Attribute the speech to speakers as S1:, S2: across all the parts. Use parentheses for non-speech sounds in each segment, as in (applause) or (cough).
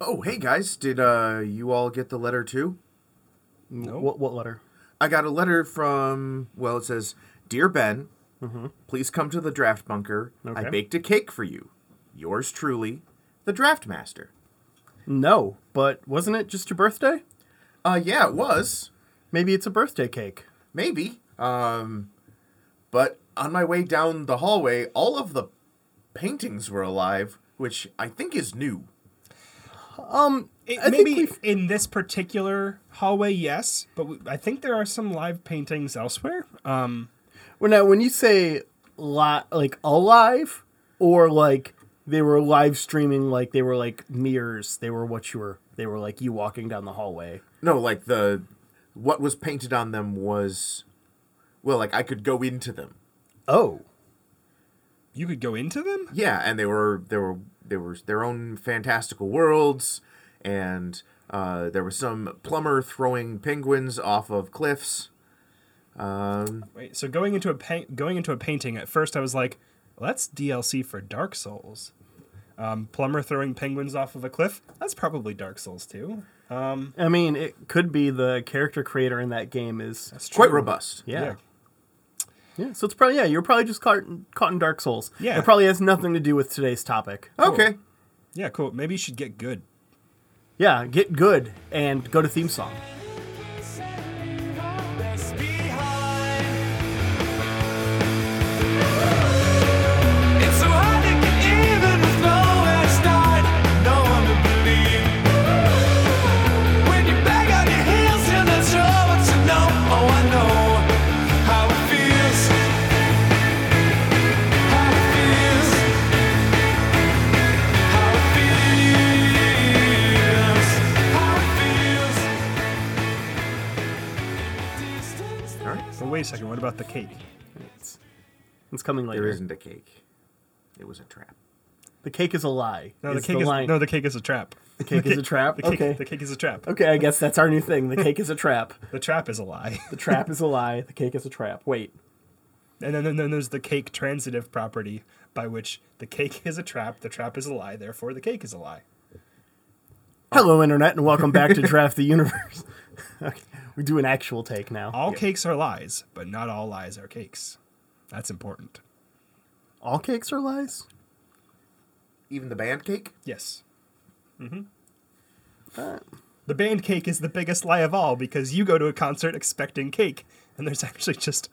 S1: Oh, hey guys, did uh, you all get the letter too?
S2: No. What, what letter?
S1: I got a letter from, well, it says, Dear Ben, please come to the draft bunker. I
S2: Okay.
S1: baked a cake for you. Yours truly, the draft master.
S2: No, but wasn't it just your birthday?
S1: Uh, yeah, it was.
S2: Maybe it's a birthday cake.
S1: Maybe. Um, but on my way down the hallway, all of the paintings were alive, which I think is new.
S2: Um,
S3: It-
S2: I think
S3: maybe
S2: we've-
S3: in this particular hallway, yes, but we, I think there are some live paintings elsewhere. Um,
S2: well, now when you say li- like alive or like they were live streaming, like they were like mirrors. They were what you were. They were like you walking down the hallway.
S1: No, like the what was painted on them was, well, like I could go into them.
S2: Oh,
S3: you could go into them.
S1: Yeah, and they were they were they were their own fantastical worlds, and uh, there was some plumber throwing penguins off of cliffs. Um,
S3: Wait, so going into a pa- going into a painting at first, I was like, well, "That's DLC for Dark Souls." Um, plumber throwing penguins off of a cliff. That's probably Dark Souls too. Um,
S2: I mean, it could be the character creator in that game is.
S3: that's
S1: quite
S3: true.
S1: robust.
S2: Yeah. yeah. so it's probably yeah. You're probably just caught in, caught in Dark Souls.
S3: Yeah.
S2: it probably has nothing to do with today's topic.
S1: Okay.
S3: Yeah, cool. Maybe you should get good.
S2: Yeah, get good and go to theme song.
S4: It's so hard to get even with nowhere to start, no one to believe. When you're back on your heels, you're not sure what you know. Oh, I know how it feels. How it feels. How it feels. How it feels. Distance
S1: All right.
S3: But wait a second. What about the cake?
S2: It's, it's coming later.
S1: There isn't a cake. It was a trap.
S2: The cake is a lie.
S3: No, the cake is
S2: line.
S3: no. The cake is a trap.
S2: the cake is a trap.
S3: The cake,
S2: okay.
S3: the cake is a trap.
S2: Okay, I guess that's our new thing. The cake is a trap.
S3: The trap is a lie. (laughs)
S2: The trap is a lie. The cake is a trap. Wait.
S3: And then, then there's the cake transitive property by which the cake is a trap, the trap is a lie, therefore the cake is a lie.
S2: Hello, internet, and welcome back to Draft the Universe. (laughs) okay, we do an actual take now.
S3: All cakes are lies, but not all lies are cakes. That's important.
S2: All cakes are lies.
S1: Even the band cake.
S3: Yes.
S2: Uh,
S3: The band cake is the biggest lie of all because you go to a concert expecting cake, and there's (laughs) actually just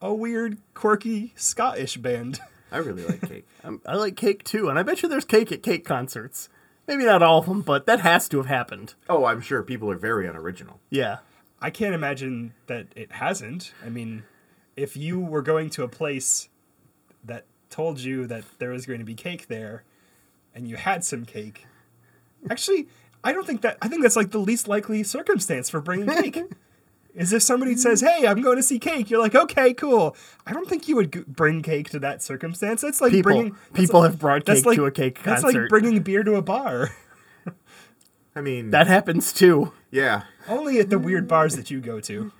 S3: a weird, quirky Scottish band. (laughs)
S1: I really like cake.
S2: I'm- I like cake too, and I bet you there's cake at cake concerts. Maybe not all of them, but that has to have happened.
S1: oh, I'm sure people are very unoriginal.
S2: Yeah.
S3: I can't imagine that it hasn't. I mean, if you were going to a place that told you that there was going to be cake there and you had some cake, actually, I don't think that, I think that's like the least likely circumstance for bringing
S2: (laughs)
S3: cake. Is if somebody says, "Hey, I'm going to see cake," you're like, "Okay, cool." I don't think you would g- bring cake to that circumstance. That's like
S2: People-
S3: bringing that's
S2: people
S3: like-
S2: have brought
S3: that's
S2: cake to a cake
S3: That's
S2: concert.
S3: like bringing beer to a bar. (laughs)
S1: I mean,
S2: That happens too.
S1: yeah.
S3: Only at the weird bars that you go to.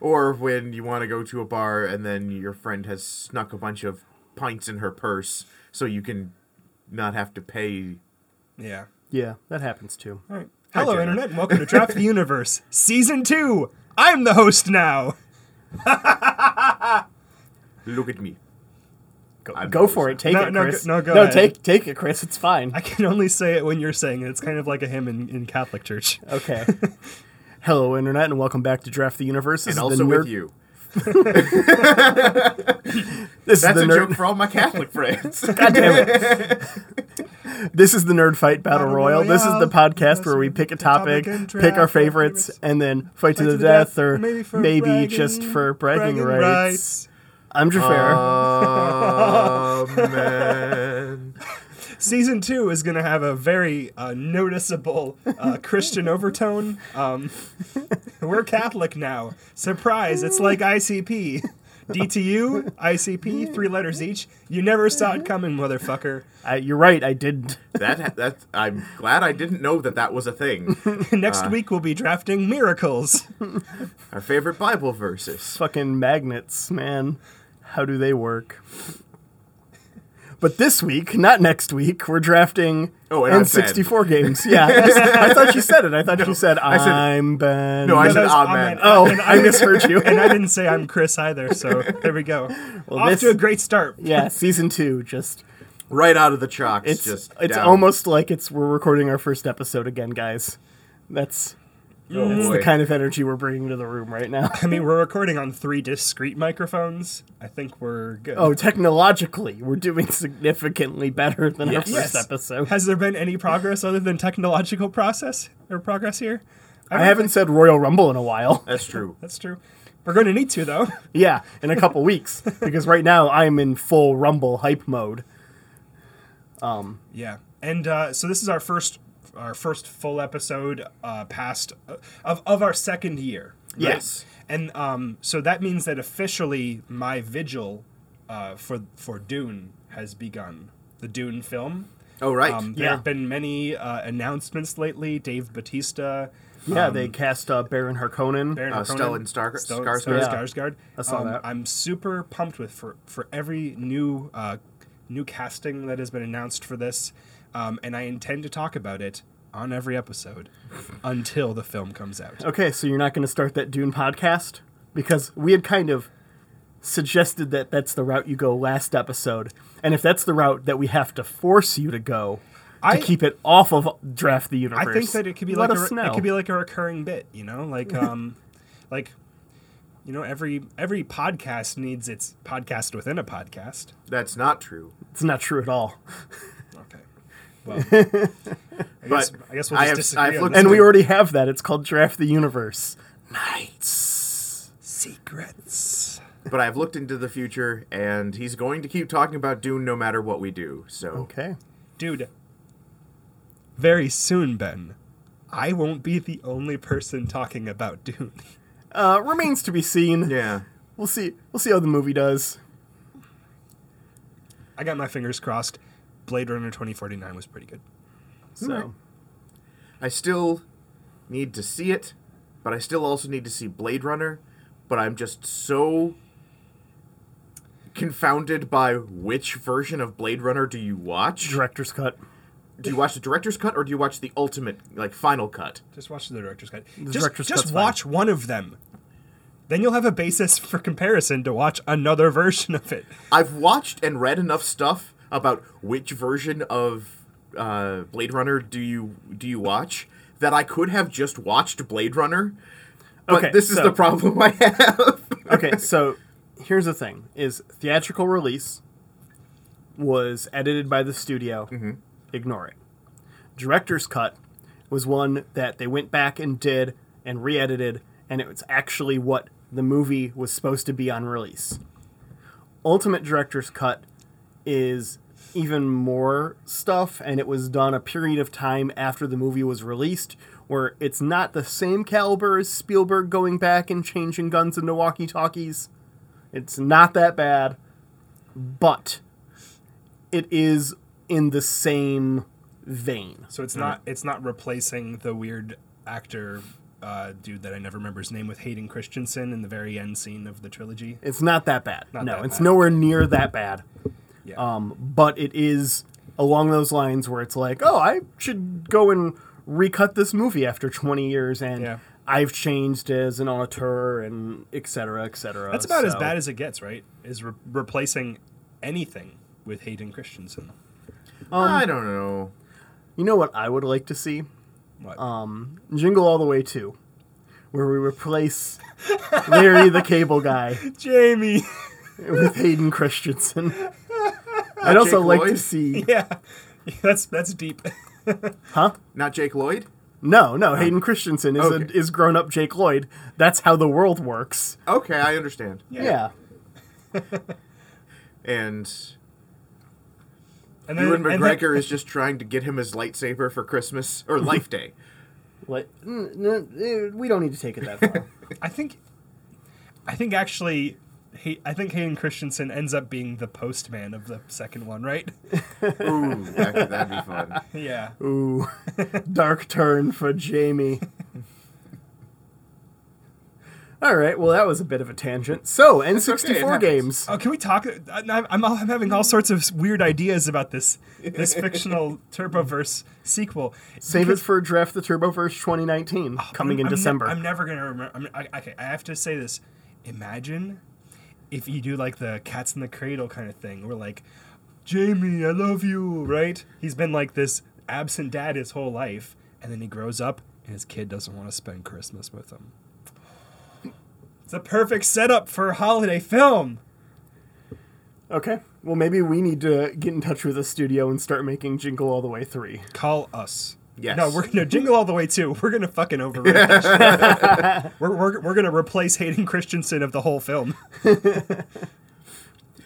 S1: Or when you want to go to a bar and then your friend has snuck a bunch of pints in her purse so you can not have to pay.
S3: Yeah.
S2: Yeah, that happens too.
S3: All right. Hello,
S1: Jenna.
S3: Internet, and welcome to Draft the Universe, Season 2. I'm the host now.
S1: Look at me.
S2: Go,
S1: I'm
S2: go for it. Take
S3: No,
S2: it,
S3: no,
S2: Chris.
S3: go- no, go ahead.
S2: take take it, Chris. It's fine.
S3: I can only say it when you're saying it. It's kind of like a hymn in, in Catholic Church.
S2: Okay. (laughs) Hello, internet, and welcome back to Draft the Universe. This
S1: And
S2: is
S1: also
S2: the nerd,
S1: with you.
S2: This
S1: That's
S2: is
S1: a
S2: the nerd.
S1: joke for all my
S2: (laughs)
S1: Catholic friends.
S2: God damn it. this is the Nerd Fight Battle
S3: Battle
S2: Royal. This is the
S3: Royale.
S2: podcast
S3: Yes,
S2: where we
S3: we
S2: pick a
S3: pick a topic
S2: topic,
S3: and
S2: pick
S3: draft
S2: our
S3: our
S2: favorites,
S3: favorites.
S2: and then fight to the death, or maybe,
S3: for bragging-
S2: just for bragging, rights.
S3: rights.
S2: I'm Jafar.
S1: Uh, Oh, Amen.
S3: Season 2 is going to have a very uh, noticeable
S2: (laughs)
S3: uh, Christian overtone. Um, we're Catholic now. Surprise, it's like ICP. DTU, ICP, three letters each. You never saw
S2: Mm-hmm.
S3: it coming, motherfucker.
S2: I, you're right. I (laughs) didn't.
S1: That that I'm glad I didn't know that that was a
S2: (laughs)
S1: thing.
S3: Next
S2: Ah.
S3: week we'll be drafting miracles.
S1: Our favorite Bible verses.
S2: Fucking magnets, man. How do they work? But this week, not next week, we're drafting
S1: Oh, and I'm
S2: N64
S1: (laughs)
S2: games. Yeah, that's- I thought you said it. I thought you said,
S1: I said-
S2: I'm Ben.
S1: No, I said
S3: that's-
S1: odd
S3: I'm
S1: man.
S3: an-
S2: oh, (laughs) I misheard
S1: (laughs)
S2: you.
S3: And I didn't
S2: (laughs)
S3: say I'm Chris either, so there we go. Off
S2: this-
S3: to a great start.
S2: yeah, season two. Just
S1: Right out of the chocks.
S2: it's
S1: just
S2: it's
S1: down.
S2: almost like it's we're recording our first episode again, guys. That's
S1: Oh,
S2: that's
S1: boy.
S2: the kind of energy we're bringing to the room right now. (laughs)
S3: I mean, we're recording on three discrete microphones. I think we're good.
S2: Oh, technologically, we're doing significantly better than
S1: Yes.
S2: our first
S3: Yes.
S2: episode.
S3: Has there been any progress other than technological process or progress here?
S2: I haven't said Royal Rumble in a while. (laughs)
S1: That's true.
S3: That's true. We're going to need to though. (laughs)
S2: Yeah, in a
S1: (laughs)
S2: couple weeks because right now I'm in full Rumble hype mode.
S3: Yeah, and uh, so this is our first our first full episode uh, past of of our second year.
S1: Yes.
S3: And um, so that means that officially my vigil uh, for for Dune has begun. The Dune film.
S1: Oh right.
S3: Um, there
S2: Yeah.
S3: have been many uh, announcements lately. Dave Batista,
S1: Um,
S2: Yeah, they cast uh, Baron Harkonnen.
S3: Baron
S1: Uh,
S3: Harkonnen,
S1: Stellan Stark-
S3: Stellan
S1: Skarsgård.
S2: Yeah.
S3: Skarsgård.
S2: I saw
S3: Um,
S2: that.
S3: I'm super pumped with for for every new uh, new casting that has been announced for this, um, and I intend to talk about it on every
S2: (laughs)
S3: episode until the film comes out.
S2: Okay, so you're not going to start that Dune podcast because we had kind of suggested that that's the route you go last episode, and if that's the route that we have to force you to go to
S3: I-
S2: keep it off of Draft the
S3: I
S2: Universe,
S3: think that it could be
S2: let
S3: like a,
S2: us
S3: re-
S2: know.
S3: it could be like a recurring bit, you know,
S2: (laughs)
S3: like um, like you know every every podcast needs its podcast within a podcast.
S1: That's not true.
S2: it's not true at
S3: (laughs)
S2: all.
S3: Okay. Well, I guess,
S1: But
S3: I guess we'll
S1: I
S3: just
S1: have-
S3: disagree.
S1: I've
S3: on
S1: looked
S3: this.
S2: And we already have that. It's called Draft the Universe. Nice.
S3: secrets.
S1: But I've looked into the future, and he's going to keep talking about Dune no matter what we do. So
S2: Okay.
S3: Dude, very soon, Ben, I won't be the only person talking about Dune.
S2: Uh, remains to be seen.
S1: yeah,
S2: We'll see. We'll see how the movie does.
S3: I got my fingers crossed. Blade Runner 2049 was pretty good.
S2: So
S1: Alright. I still need to see it, but I still also need to see Blade Runner. But I'm just so confounded by which version of Blade Runner do you watch?
S2: director's cut.
S1: do you watch the director's cut or do you watch the ultimate, like final cut?
S3: Just watch the director's cut. just
S2: director's
S3: just
S2: cut's fine.
S3: watch one of them. Then you'll have a basis for comparison to watch another version of it.
S1: I've watched and read enough stuff about which version of uh, Blade Runner do you do you watch that I could have just watched Blade Runner. But
S2: Okay,
S1: this is
S2: so-
S1: the problem I have.
S2: Okay, so here's the thing: is theatrical release was edited by the studio. Ignore it. Director's cut was one that they went back and did and re-edited, and it was actually what the movie was supposed to be on release. Ultimate director's cut is even more stuff, and it was done a period of time after the movie was released, where it's not the same caliber as Spielberg going back and changing guns into walkie talkies. It's not that bad, but it is in the same vein.
S3: So it's
S1: Hmm.
S3: not it's not replacing the weird actor uh, dude that I never remember his name with Hayden Christensen in the very end scene of the trilogy.
S2: It's not that bad. no,
S3: that
S2: it's
S3: bad.
S2: nowhere near that bad.
S3: Yeah.
S2: Um, but it is along those lines where it's like, oh, I should go and recut this movie after 20 years, and
S3: Yeah.
S2: I've changed as an auteur and et cetera, et cetera.
S3: That's about as
S2: so-
S3: bad as it gets, right? Is re- replacing anything with Hayden Christensen.
S2: Um,
S1: I don't know.
S2: You know what I would like to see?
S3: What?
S2: Um, Jingle All the Way 2, where we replace Larry the Cable Guy
S3: Jamie. (laughs)
S2: with Hayden Christensen. I'd also
S1: Jake
S2: like to
S1: Lloyd?
S2: see.
S3: yeah. That's that's deep.
S2: Huh?
S1: Not Jake Lloyd?
S2: No, no. Hayden Christensen is
S3: Oh,
S1: Okay.
S2: a, is grown up Jake Lloyd. That's how the world works.
S1: Okay, I understand.
S2: Yeah.
S1: And
S3: And
S1: Ewan
S3: and
S1: McGregor is just trying to get him his lightsaber for Christmas or Life Day.
S2: Like, n- n- eh, we don't need to take it that (laughs) far.
S3: I think I think actually Hay- I think Hayden Christensen ends up being the postman of the second one, right? (laughs)
S1: Ooh, that, that'd be fun.
S3: yeah.
S2: Ooh, dark turn for Jamie. All right. Well, that was a bit of a tangent. So N64
S1: okay, it happens.
S2: games.
S3: Oh, can we talk? I'm, I'm, I'm having all sorts of weird ideas about this
S2: (laughs)
S3: this fictional Turboverse sequel.
S2: Save it for Draft the Turboverse 2019 coming in
S3: Oh, I'm ne-
S2: December.
S3: I'm never gonna remember. I'm, I, okay, I have to say this. Imagine if you do like the cats in the cradle kind of thing, where like, Jamie, I love you, right? He's been like this absent dad his whole life, and then he grows up, and his kid doesn't want to spend Christmas with him. It's a perfect setup for a holiday film.
S2: okay. Well, maybe we need to get in touch with the studio and start making Jingle All the Way 3.
S3: Call us.
S1: Yes.
S3: No, we're no jingle all the way too. We're gonna fucking overrate. that shit. we're, we're we're gonna replace Hayden Christensen of the whole film.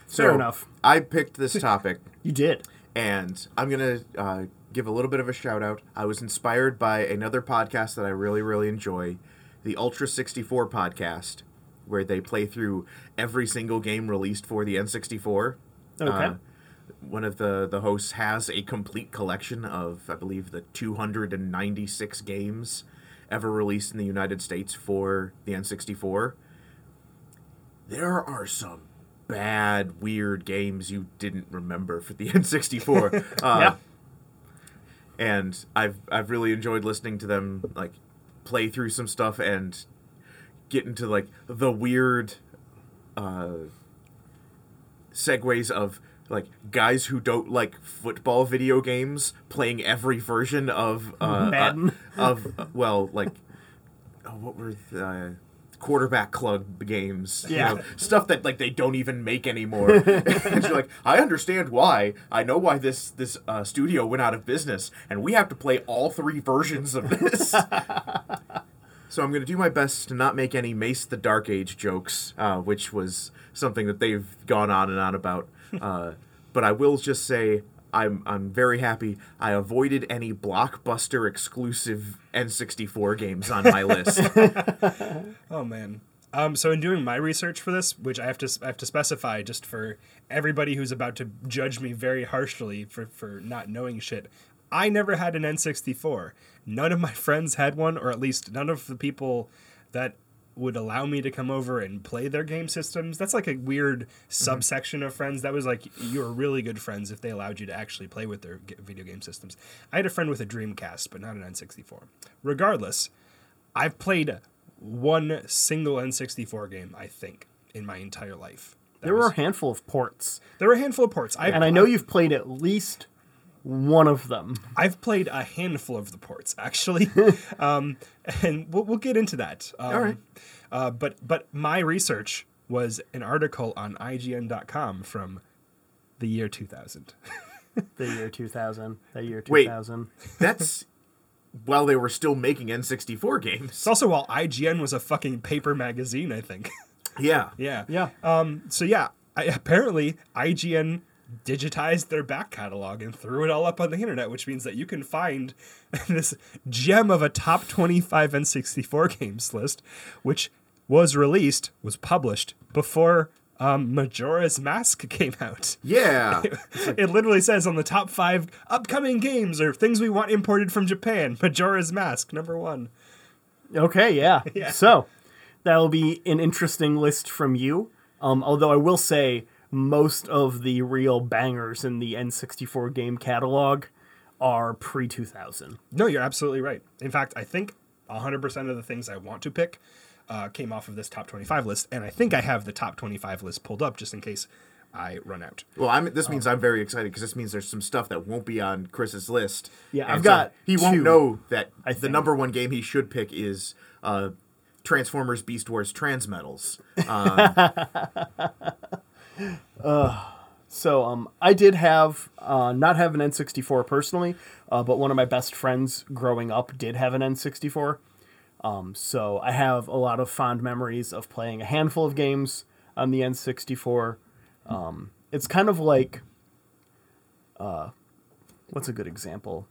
S1: So,
S2: Fair enough.
S1: I picked this topic,
S2: You did.
S1: and I'm gonna uh, give a little bit of a shout out. I was inspired by another podcast that I really, really enjoy, the Ultra 64 podcast, where they play through every single game released for the N64.
S2: Okay.
S1: Uh, one of the, the hosts has a complete collection of, I believe, the 296 games ever released in the United States for the N64. There are some bad, weird games you didn't remember for the (laughs) N64. Uh,
S2: yeah.
S1: and I've I've really enjoyed listening to them like play through some stuff and get into like the weird uh, segues of like guys who don't like football video games playing every version of uh, uh,
S2: Madden.
S1: (laughs) of well like oh, what were the quarterback club games you
S2: Yeah.
S1: know, stuff that like they don't even make
S2: (laughs)
S1: anymore and you're like i understand why i know why this this uh, studio went out of business and we have to play all three versions of
S2: (laughs)
S1: this so i'm going to do my best to not make any mace the dark age jokes uh, which was something that they've gone on and on about uh, but i will just say I'm, I'm very happy I avoided any blockbuster exclusive N64 games on my list.
S3: Oh man. Um, so in doing my research for this, which I have to I have to specify just for everybody who's about to judge me very harshly for for not knowing shit, I never had an N64. None of my friends had one, or at least none of the people that would allow me to come over and play their game systems. That's like a weird subsection of friends. That was like you were really good friends if they allowed you to actually play with their g- video game systems. I had a friend with a Dreamcast, but not an N64. Regardless, I've played one single N64 game, I think, in my entire life. That
S2: There were
S3: was-
S2: a handful of ports.
S3: there were a handful of ports. I've,
S2: And I know you've played at least one of them.
S3: I've played a handful of the ports actually, um, and we'll, we'll get into that. Um,
S1: All right.
S3: Uh, but but my research was an article on IGN.com from the year 2000.
S2: The year 2000. The year
S1: Wait.
S2: 2000.
S1: That's while they were still making N64 games.
S3: It's also while IGN was a fucking paper magazine, I think. (laughs)
S1: Yeah.
S3: yeah.
S2: Yeah.
S3: Um, so yeah, I, apparently IGN digitized their back catalog and threw it all up on the internet, which means that you can find (laughs) this gem of a top 25 and 64 games list, which was released, was published before um, Majora's Mask (laughs) came out.
S1: Yeah.
S3: It literally says on the top five upcoming games or things we want imported from Japan, Majora's Mask, number one.
S2: Okay, yeah.
S3: Yeah.
S2: So that'll be an interesting list from you. Um, although I will say most of the real bangers in the N64 game catalog are pre 2000.
S3: No, you're absolutely right. In fact, I think 100% of the things I want to pick uh, came off of this top 25 list, and I think I have the top 25 list pulled up just in case I run out.
S1: Well, I'm. This
S2: Um,
S1: means I'm very excited because this means there's some stuff that won't be on Chris's list.
S2: Yeah,
S1: And
S2: I've got
S1: He won't
S2: two,
S1: know that
S2: I
S1: the
S2: think.
S1: number one game he should pick is uh, Transformers: Beast Wars Transmetals.
S2: (laughs)
S1: Uh,
S2: So um, I did have, uh, not have an N64 personally, uh, but one of my best friends growing up did have an N64. Um, so I have a lot of fond memories of playing a handful of games on the N64. Um, it's kind of like, uh, what's a good example?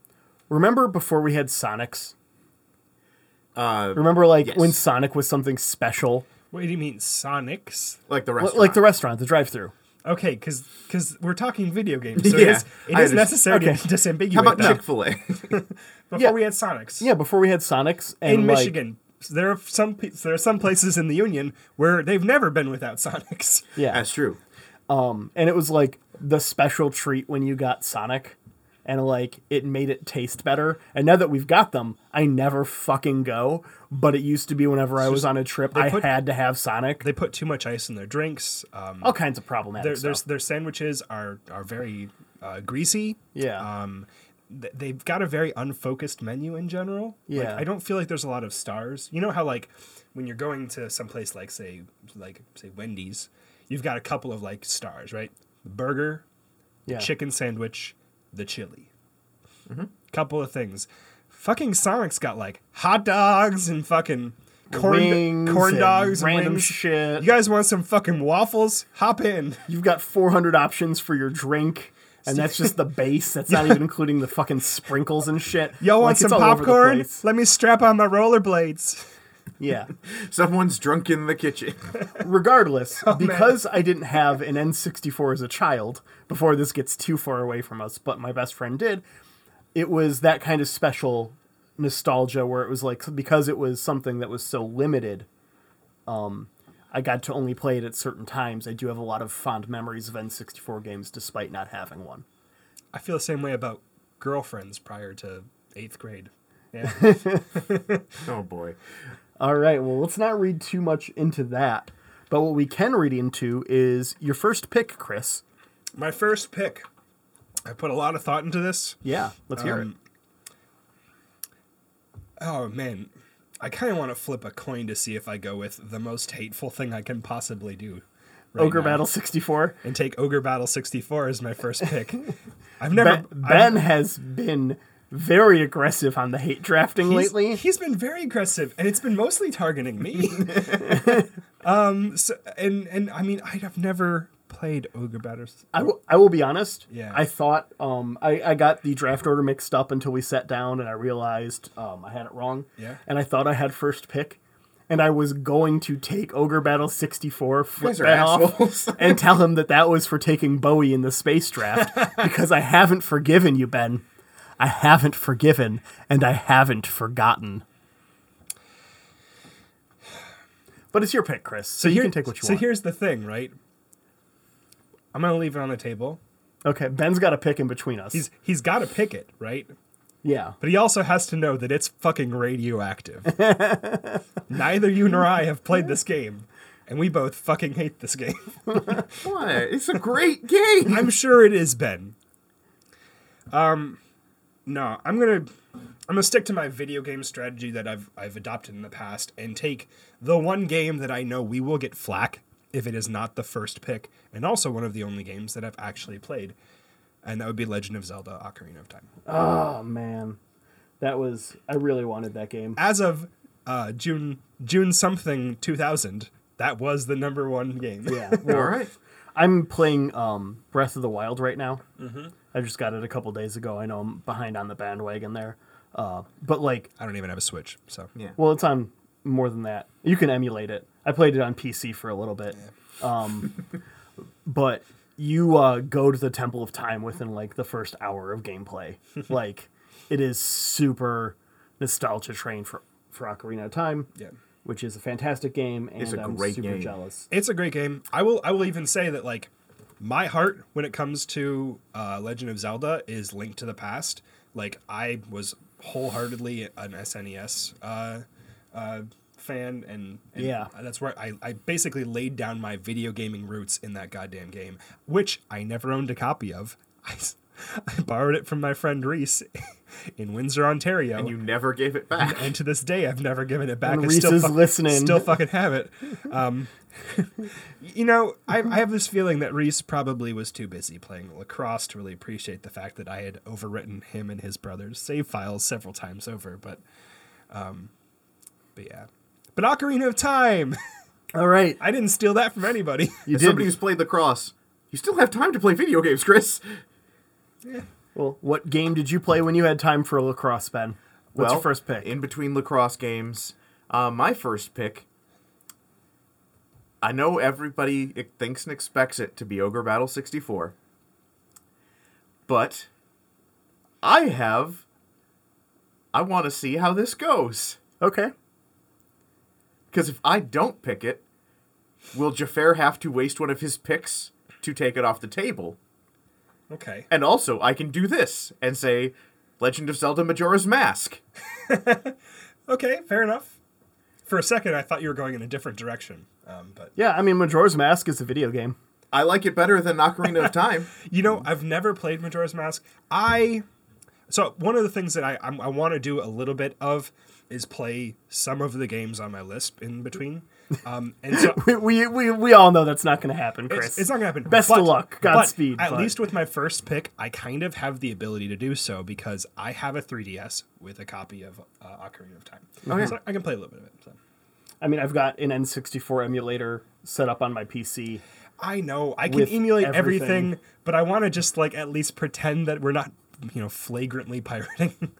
S2: Remember before we had Sonics?
S1: uh,
S2: Remember like
S1: Yes.
S2: when Sonic was something special?
S3: What do you mean, Sonics?
S1: like the
S2: L-
S1: rest.
S2: like the restaurant, the drive through.
S3: Okay, because we're talking video (laughs) games, so it
S1: Yeah,
S3: is, it
S1: I
S3: is
S1: understand.
S3: necessary to
S2: Okay.
S3: (laughs) disambiguate
S1: How about (laughs)
S3: that.
S1: Chick Fil A?
S3: Before
S2: Yeah.
S3: we had Sonics.
S2: Yeah, before we had Sonics and
S3: In
S2: like-
S3: Michigan, so there are some pe- there are some places in the union where they've never been without (laughs) Sonics.
S2: Yeah.
S1: That's true.
S2: and it was like the special treat when you got Sonic, and like it made it taste better. And now that we've got them, I never fucking go. But it used to be whenever I was on a trip, I
S3: put-
S2: had to have Sonic.
S3: They put too much ice in their drinks. Um,
S2: All kinds of problematic
S3: their, their
S2: stuff.
S3: their sandwiches are are very uh, greasy.
S2: Yeah.
S3: Um, th- they've got a very unfocused menu in general. Like,
S2: Yeah.
S3: I don't feel like there's a lot of stars. You know how like when you're going to some place like say like say Wendy's, you've got a couple of like stars, right? The burger, the
S2: Yeah. Mm-hmm.
S3: chicken sandwich, the chili. Couple of things. Fucking Sonic's got like hot dogs and fucking corn
S2: Wings
S3: corn
S2: and
S3: dogs and
S2: random
S3: wings.
S2: shit.
S3: You guys want some fucking waffles? Hop in.
S2: You've got 400 options for your drink. And that's just
S3: (laughs)
S2: the base. That's not even including the fucking sprinkles and shit.
S3: Y'all want
S2: Like, it's
S3: some
S2: all over the
S3: popcorn?
S2: place.
S3: Let me strap on my rollerblades.
S2: Yeah.
S1: Someone's drunk in the kitchen. (laughs)
S3: (laughs)
S2: Regardless,
S3: Oh,
S2: because I didn't have an N64 as a child, before this gets too far away from us, but my best friend did, it was that kind of special nostalgia where it was like, because it was something that was so limited, um, I got to only play it at certain times. I do have a lot of fond memories of N64 games despite not having one.
S3: I feel the same way about girlfriends prior to eighth grade. Yeah.
S2: (laughs)
S1: oh boy.
S2: All right. Well, let's not read too much into that. But what we can read into is your first pick, Chris.
S3: my first pick. I put a lot of thought into this.
S2: Yeah, let's hear
S3: Um, Oh man, I kind of want to flip a coin to see if I go with the most hateful thing I can possibly do.
S2: it.
S3: right
S2: Ogre
S3: now
S2: Battle 64.
S3: and take Ogre Battle 64 as my
S2: (laughs)
S3: first pick.
S2: Ben,
S3: I've never
S2: ben has been very aggressive on the hate drafting
S3: He's-
S2: lately.
S3: He's been very aggressive, and it's been mostly targeting (laughs) me. um, so, and and I mean, I'd have never played Ogre Batters.
S2: I, w- I will be honest.
S3: Yeah.
S2: I thought um, I, I got the draft order mixed up until we sat down and I realized um, I had it wrong.
S3: Yeah.
S2: And I thought I had first pick. And I was going to take Ogre Battle 64, flip
S1: guys are
S2: that off,
S3: (laughs)
S1: assholes.
S2: and tell him that that was for taking Bowie in the space
S3: (laughs)
S2: draft because I haven't forgiven you, Ben. I haven't forgiven and I haven't forgotten. But it's your pick, Chris. So, you
S3: here-
S2: can take what you
S3: so
S2: want.
S3: here's the thing, right? I'm gonna leave it on the table.
S2: okay, Ben's got a pick in between us.
S3: He's he's got to pick it, right?
S2: yeah.
S3: But he also has to know that it's fucking radioactive. (laughs) Neither you nor I have played this game, and we both fucking hate this game.
S1: What? It's a
S2: (laughs)
S1: great game.
S3: I'm sure it is Ben. Um, no, I'm gonna I'm gonna stick to my video game strategy that I've I've adopted in the past and take the one game that I know we will get flack if it is not the first pick, and also one of the only games that I've actually played, and that would be Legend of Zelda: Ocarina of Time.
S2: Oh man, that was I really wanted that game.
S3: As of uh, June June something 2000, that was the number one game.
S2: Yeah,
S1: (laughs) All right.
S2: I'm playing um, Breath of the Wild right now. Mm-hmm. I just got it a couple days ago. I know I'm behind on the bandwagon there, uh, but like,
S3: I don't even have a Switch, so
S1: Yeah.
S2: well, it's on more than that. You can emulate it. I played it on PC for a little bit, um, (laughs) but you uh, go to the Temple of Time within like the first hour
S1: (laughs)
S2: of gameplay. like, it is super nostalgia train for for Ocarina of Time.
S3: yeah.
S2: which is a fantastic game, and
S1: It's a
S2: I'm
S1: great
S2: super
S1: game.
S2: jealous.
S3: It's a great game. I will. I will even say that like my heart when it comes to uh, Legend of Zelda is linked to the Past. Like I was wholeheartedly an SNES uh, uh, fan, and, and
S2: Yeah.
S3: that's where I, I basically laid down my video gaming roots in that goddamn game, which I never owned a copy of. (laughs) I, s- I borrowed it from my friend Reese (laughs) in Windsor, Ontario,
S1: And you never gave it back.
S3: and to this day, I've never given it back.
S2: And
S3: I still
S2: Reese's
S3: fuck-
S2: listening.
S3: Still fucking have it. Um, (laughs) you know, I, I have this feeling that Reese probably was too busy playing lacrosse to really appreciate the fact that I had overwritten him and his brother's save files several times over. But, um, but yeah. But Ocarina of Time, (laughs)
S2: All right,
S3: I didn't steal that from anybody. (laughs)
S2: you
S1: As
S2: did.
S1: somebody who's played lacrosse, you still have time to play video games, Chris.
S2: Well, what game did you play when you had time for lacrosse, Ben? What's your first pick?
S1: In between lacrosse games, uh, my first pick. I know everybody e- thinks and expects it to be Ogre Battle 64, but I have. I want to see how this goes.
S2: okay,
S1: Because if I don't pick it, will Jafar have to waste one of his picks to take it off the table?
S3: Okay.
S1: And also, I can do this and say, Legend of Zelda Majora's Mask.
S3: Okay, fair enough. For a second, I thought you were going in a different direction. Um, but
S2: Yeah, I mean, Majora's Mask is a video game.
S1: I like it better than Ocarina of Time.
S2: (laughs)
S3: you know, I've never played Majora's Mask. I so one of the things that I I'm, I want to do a little bit of is play some of the games on my list
S2: (laughs)
S3: in between. Um, and so
S2: We, we, we, we all know that's not going to happen, Chris.
S3: It's, it's not gonna happen.
S2: Best
S3: But-
S2: of luck.
S3: but
S2: Godspeed.
S3: At
S2: bud.
S3: least with my first pick, I kind of have the ability to do so because I have a 3DS with a copy of uh, Ocarina of Time. So I can play a little bit of it. So.
S2: I mean, I've got an N64 emulator set up on my PC.
S3: I know I can
S2: With
S3: emulate everything,
S2: everything.
S3: but I want to just like at least pretend that we're not, you know, flagrantly pirating. (laughs)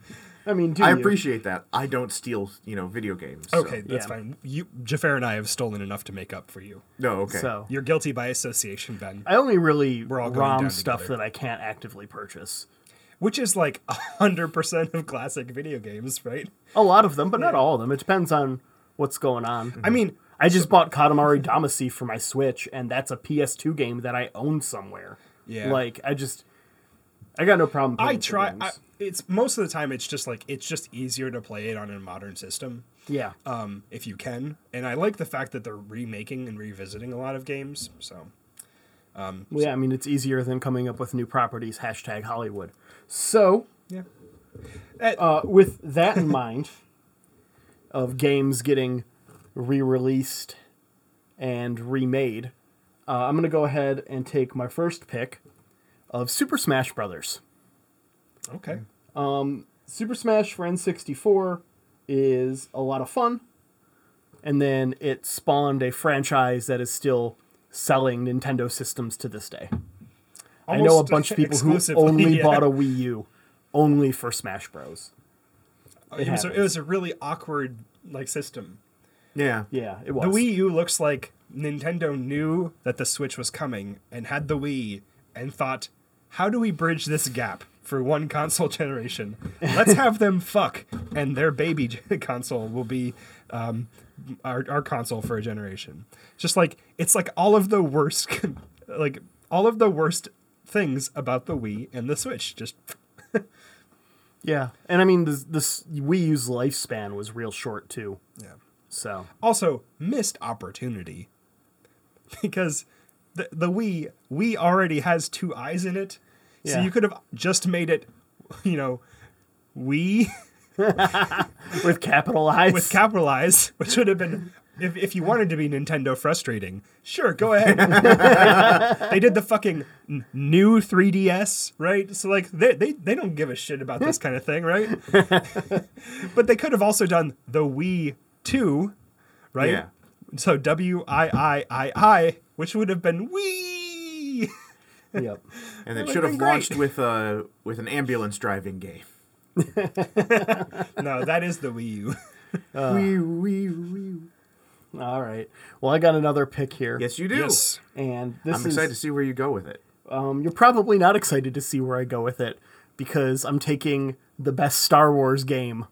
S2: I mean, do
S1: I
S2: you?
S1: appreciate that. I don't steal, you know, video games. so-
S3: okay, that's
S2: Yeah.
S3: fine. You, Jafar, and I have stolen enough to make up for you.
S1: No, okay.
S2: So
S3: You're guilty by association, Ben,
S2: I only really
S3: all going
S2: ROM
S3: down
S2: stuff
S3: together.
S2: that I can't actively purchase.
S3: which is like hundred percent of classic video games, right?
S2: A lot of them, but not all of them. It depends on what's going on.
S3: I mean,
S2: I just bought Katamari Damacy for my Switch, and that's a PS2 game that I own somewhere.
S3: Yeah.
S2: Like I just, I got no problem.
S3: I
S2: paying for
S3: try.
S2: games.
S3: I, it's most of the time. It's just like it's just easier to play it on a modern system.
S2: yeah.
S3: um, if you can. And I like the fact that they're remaking and revisiting a lot of games. So
S2: Well, yeah. I mean, it's easier than coming up with new properties. Hashtag Hollywood. So,
S3: yeah,
S2: uh, with that in mind, of games getting re-released and remade, uh, I'm gonna go ahead and take my first pick of Super Smash Brothers.
S3: okay,
S2: Super Smash for N64 is a lot of fun. And then it spawned a franchise that is still selling Nintendo systems to this day. I know a
S3: Almost
S2: bunch of people who
S3: exclusively, (laughs)
S2: only
S3: yeah.
S2: bought a Wii U only for Smash Bros.
S3: It, was a, it
S2: happens.
S3: was a really awkward like system.
S1: Yeah.
S2: Yeah, it was.
S3: The Wii U looks like Nintendo knew that the Switch was coming and had the Wii and thought, how do we bridge this gap for one console (laughs) generation? Let's have them fuck, and their baby (laughs) gen- console will be um, our, our console for a generation. Just like it's like all of the worst, (laughs) like all of the worst things about the Wii and the Switch. Just
S2: Yeah, and I mean, this, this Wii U's lifespan was real short too.
S3: yeah.
S2: So
S3: also missed opportunity because the the Wii Wii already has two eyes in it, so
S2: Yeah.
S3: you could have just made it, you know, Wii (laughs)
S2: with capitalized,
S3: with capital eyes, (laughs) which would have been. If, if you wanted to be Nintendo frustrating, sure, go ahead. (laughs) they did the fucking n- new 3DS, right? So like they, they they don't give a shit about this kind of thing, right? (laughs) but they could have also done the Wii 2, right?
S1: Yeah.
S3: So W I I I I, which would have been Wii.
S2: (laughs)
S3: (laughs)
S2: yep.
S1: And it
S3: would've
S1: should
S3: been
S1: have
S3: great.
S1: launched with uh with an ambulance driving game.
S3: No, that is the Wii U.
S1: Wee, wee, wee.
S2: All right. Well, I got another pick here,
S1: Yes, you do.
S2: and this
S1: I'm
S2: is
S1: excited to see where you go with it.
S2: Um, you're probably not excited to see where I go with it because I'm taking the best Star Wars game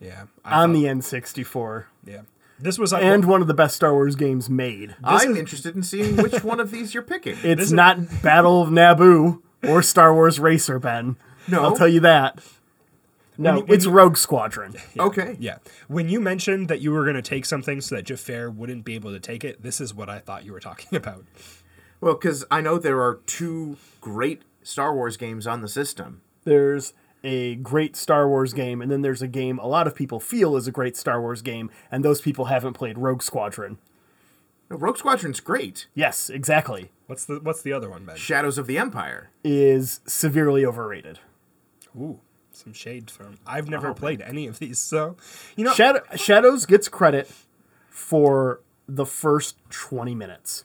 S3: Yeah. I
S2: on
S3: thought-
S2: the N64
S3: yeah. This was like,
S2: Um, and one of the best Star Wars games made.
S1: I'm interested in seeing which one of these you're picking.
S2: It's not Battle of Naboo or Star Wars Racer, Ben.
S1: No.
S2: I'll tell you that. No,
S3: you- when
S2: it's
S3: you-
S2: Rogue Squadron.
S1: okay.
S3: Yeah. When you mentioned that you were going to take something so that Jafar wouldn't be able to take it, this is what I thought you were talking (laughs) about.
S1: Well, because I know there are two great Star Wars games on the system.
S2: There's a great Star Wars game, and then there's a game a lot of people feel is a great Star Wars game, and those people haven't played Rogue Squadron.
S1: No, Rogue Squadron's great.
S2: Yes, exactly.
S3: What's the What's the other one, Ben?
S1: Shadows of the Empire.
S2: Is severely overrated.
S3: Ooh, some shade from. I've
S1: Oh.
S3: never played any of these, so you know.
S2: Shadow, Shadows gets credit for the first 20 minutes.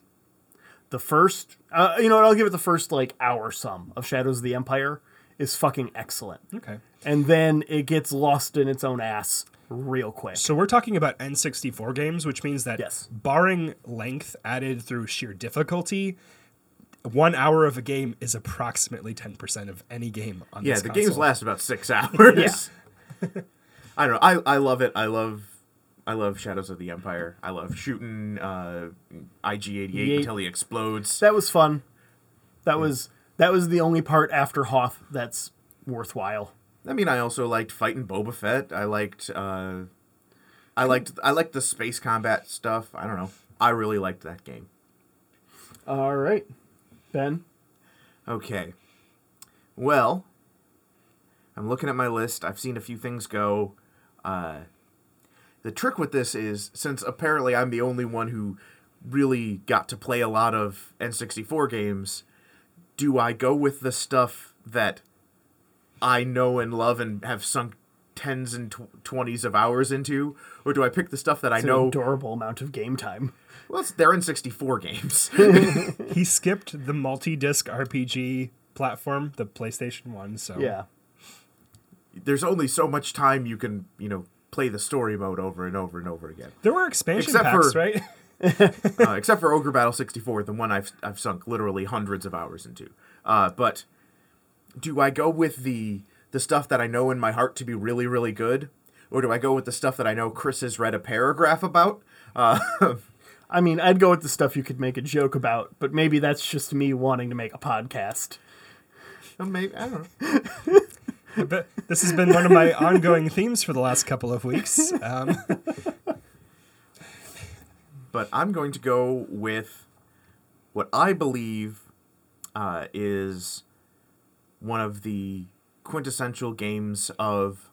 S2: The first, uh, you know what, I'll give it the first like hour sum of Shadows of the Empire is fucking excellent.
S3: okay.
S2: And then it gets lost in its own ass real quick.
S3: So we're talking about N64 games, which means that
S2: Yes.
S3: barring length added through sheer difficulty, one hour of a game is approximately 10% of any game on
S1: Yeah,
S3: this
S1: the (laughs)
S3: console.
S1: games last about six hours. I don't know. I, I love it. I love I love Shadows of the Empire. I love shooting uh, IG88
S2: Ye-
S1: until he explodes.
S2: That was fun. That was that was the only part after Hoth that's worthwhile.
S1: I mean, I also liked fighting Boba Fett. I liked, uh, I liked, I liked the space combat stuff. I don't know. I really liked that game.
S2: All right, Ben.
S1: Okay. Well, I'm looking at my list. I've seen a few things go. Uh, the trick with this is since apparently I'm the only one who really got to play a lot of N64 games, do I go with the stuff that I know and love and have sunk tens and tw- 20s of hours into? Or do I pick the stuff that I
S2: It's an
S1: know?
S2: adorable amount of game time.
S1: Well, it's, they're N64 games. (laughs)
S3: He skipped the multi-disc RPG platform, the PlayStation One. So
S2: Yeah.
S1: there's only so much time you can, you know, play the story mode over and over and over again. (laughs)
S3: there were expansion
S1: Except
S3: packs,
S1: for-
S3: right?
S1: Uh, except for Ogre Battle 64, the one I've I've sunk literally hundreds of hours into. Uh, but do I go with the the stuff that I know in my heart to be really really good, or do I go with the stuff that I know Chris has read a paragraph about? Uh,
S2: I mean, I'd go with the stuff you could make a joke about, but maybe that's just me wanting to make a podcast.
S1: Uh, (laughs) Maybe I don't know.
S3: but this has been one of my ongoing themes for the last couple of weeks.
S2: (laughs)
S3: Um,
S1: But I'm going to go with what I believe uh, is one of the quintessential games of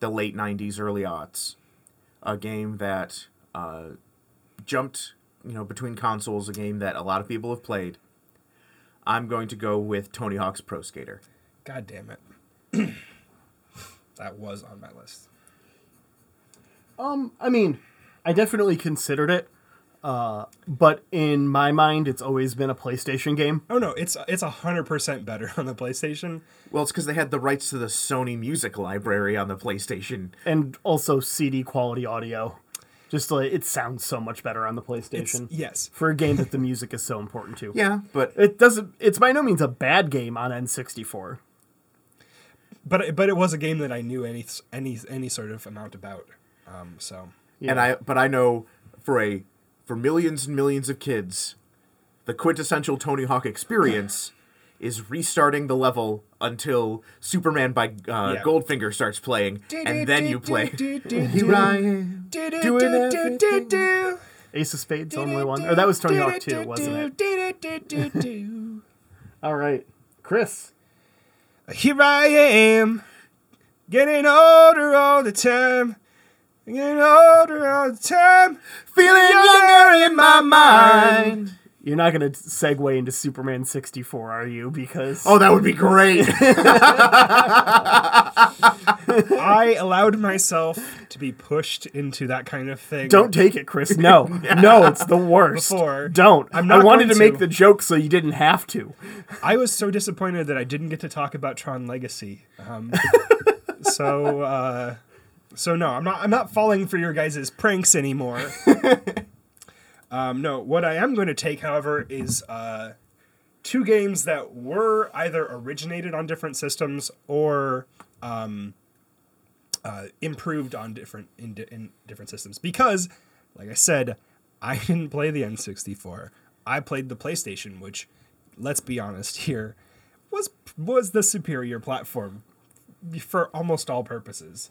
S1: the late 90s, early aughts. A game that uh, jumped, you know, between consoles, a game that a lot of people have played. I'm going to go with Tony Hawk's Pro Skater.
S3: God damn it. that was on my list.
S2: Um, I mean, I definitely considered it, uh, but in my mind, it's always been a PlayStation game.
S3: Oh no, it's it's hundred percent better on the PlayStation.
S1: Well, it's because they had the rights to the Sony music library on the PlayStation.
S2: and also CD quality audio. Just like it sounds so much better on the
S3: It's,
S2: PlayStation
S3: yes,
S2: for a game that the music is so important (laughs) to.
S1: Yeah, but
S2: It doesn't. It's by no means a bad game on N64.
S3: but but it was a game that I knew any any any sort of amount about. Um, so
S1: and I but I know for a for millions and millions of kids, the quintessential Tony Hawk
S2: (laughs)
S1: experience is restarting the level until Superman by uh,
S3: Yeah.
S1: Goldfinger starts playing, and then you play.
S3: Here
S1: am,
S2: Ace of Spades only one, or that was Tony Hawk 2, wasn't it? (laughs)
S3: it?
S2: All right, Chris.
S3: Here I am, getting older all the time. Getting older all the time.
S1: (laughs) feeling younger in my mind.
S2: You're not gonna segue into Superman 64, are you? Because
S1: Oh, that would be great.
S3: I allowed myself to be pushed into that kind of
S2: (laughs)
S3: thing.
S2: don't take it, Chris.
S3: (laughs)
S2: No, no, it's the worst.
S3: Before.
S2: Don't.
S3: I'm not
S2: I wanted
S3: going
S2: to make
S3: to.
S2: the joke so you didn't have to.
S3: I was so disappointed that I didn't get to talk about Tron Legacy. Um, so, uh, so no, I'm not. I'm not falling for your guys' pranks anymore. um, no, what I am going to take, however, is uh, two games that were either originated on different systems or um, uh, improved on different in, di- in different systems. Because, like I said, I (laughs) didn't play the N64. I played the PlayStation, which, let's be honest here, was was the superior platform for almost all purposes.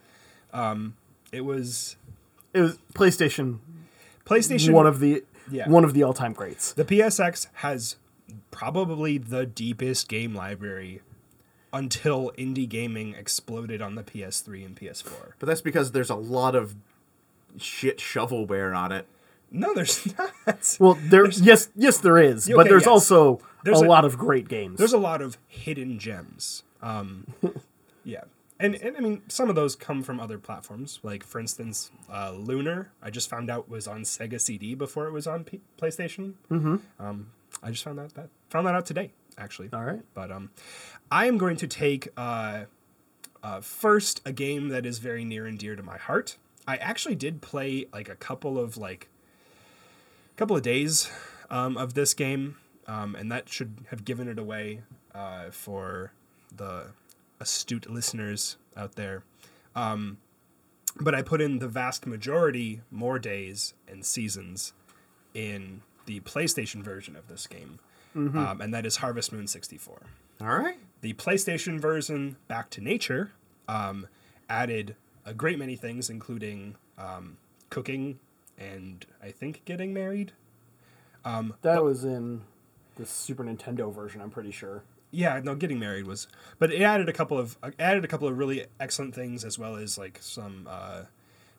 S3: Um, it was
S2: It was PlayStation.
S3: PlayStation
S2: one of the
S3: Yeah.
S2: one of the all-time greats.
S3: The PSX has probably the deepest game library until indie gaming exploded on the PS3 and PS4.
S1: but that's because there's a lot of shit shovelware on it.
S3: No, there's (laughs) not.
S2: Well, there yes yes there is, but
S3: okay,
S2: there's
S3: yes.
S2: also
S3: There's
S2: a,
S3: a-
S2: lot of great games.
S3: There's a lot of hidden gems. Um, (laughs) yeah. And, and I mean, some of those come from other platforms. Like, for instance, uh, Lunar, I just found out was on Sega CD before it was on P- PlayStation. Mm-hmm. Um, I just found out that found that out today, actually.
S2: All right.
S3: But um, I am going to take uh, uh, first a game that is very near and dear to my heart. I actually did play like a couple of like couple of days um, of this game, um, and that should have given it away uh, for the astute listeners out there. Um, but I put in the vast majority more days and seasons in the PlayStation version of this game, um, and that is Harvest Moon 64.
S1: All right.
S3: The PlayStation version, Back to Nature, um, added a great many things, including um, cooking and I think getting married.
S2: That was in the Super Nintendo version, I'm pretty sure.
S3: yeah no getting married was but it added a couple of uh, added a couple of really excellent things as well as like some uh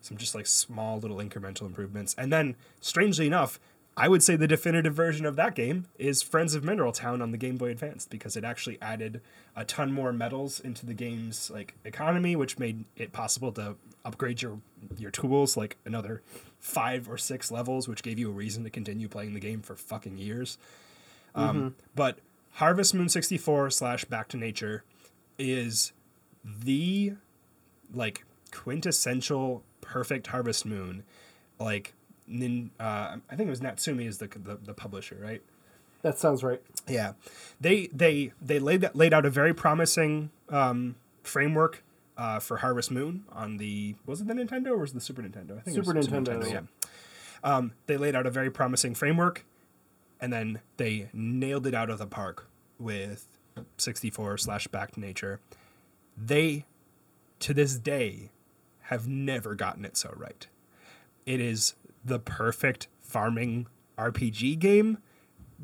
S3: some just like small little incremental improvements and then strangely enough i would say the definitive version of that game is friends of mineral town on the game boy advance because it actually added a ton more metals into the game's like economy which made it possible to upgrade your your tools like another five or six levels which gave you a reason to continue playing the game for fucking years Um, but Harvest Moon 64 slash Back to Nature is the like quintessential perfect Harvest Moon. Like, nin, uh, I think it was Natsumi is the, the the publisher, right?
S2: That sounds right.
S3: Yeah, they they they laid that laid out a very promising um, framework uh, for Harvest Moon on the was it the Nintendo or was it the Super Nintendo? I think
S2: Super
S3: it was
S2: Nintendo.
S3: yeah. Um, they laid out a very promising framework, and then they nailed it out of the park with 64 slash Back to Nature. They, to this day, have never gotten it so right. It is the perfect farming RPG game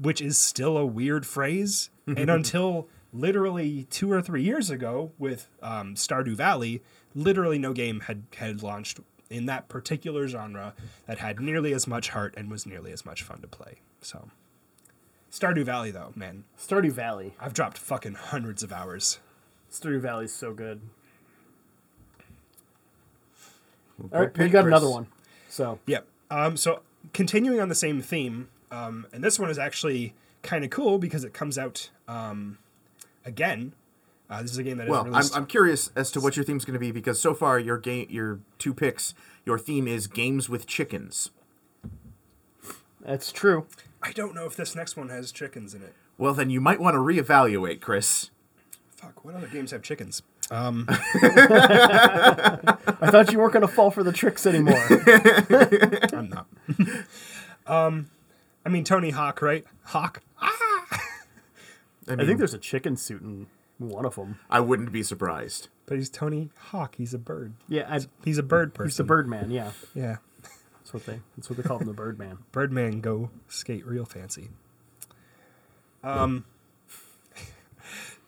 S3: which is still a weird
S1: (laughs)
S3: phrase. and until literally two or three years ago with um, Stardew Valley, literally no game had, had launched in that particular genre that had nearly as much heart and was nearly as much fun to play. So, Stardew Valley, though, man,
S2: Stardew Valley.
S3: I've dropped fucking hundreds of hours.
S2: Stardew Valley's so good.
S1: Good
S2: All right, we
S1: pick,
S2: got
S1: Chris.
S2: another one. So
S3: Yep. Um, so continuing on the same theme, um, and this one is actually kind of cool because it comes out um, again. Uh, this is a game that is
S1: Well, I'm,
S3: released.
S1: I'm curious as to what your theme's going to be because so far your game, your two picks, your theme is games with chickens.
S2: that's true.
S3: I don't know if this next one has chickens in it.
S1: Well, then you might want to reevaluate, Chris.
S3: Fuck, what other games have chickens?
S2: I thought you weren't going to fall for the tricks
S3: (laughs)
S2: anymore.
S3: I'm (laughs) not. um, I mean Tony Hawk, right? Hawk.
S1: I, mean,
S2: I
S1: I
S2: think there's a chicken suit in one of them.
S1: wouldn't be surprised.
S3: But he's Tony Hawk. He's a bird.
S2: Yeah, I,
S3: He's a bird person.
S2: he's the Birdman. Yeah,
S3: Yeah.
S2: that's what they that's what they call him, the Birdman.
S3: Birdman go skate real fancy. Um, (laughs)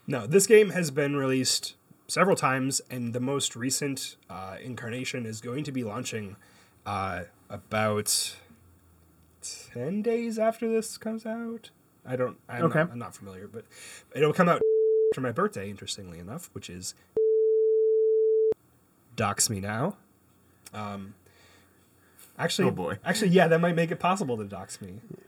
S3: no, this game has been released several times, and the most recent uh, incarnation is going to be launching uh, about ten days after this comes out. I don't. I'm,
S2: Okay.
S3: not, I'm not familiar, but it'll come out after my birthday, interestingly enough, which is dox me now. Um, actually,
S1: Oh, boy.
S3: actually, yeah, that might make it possible to dox me.
S2: (laughs)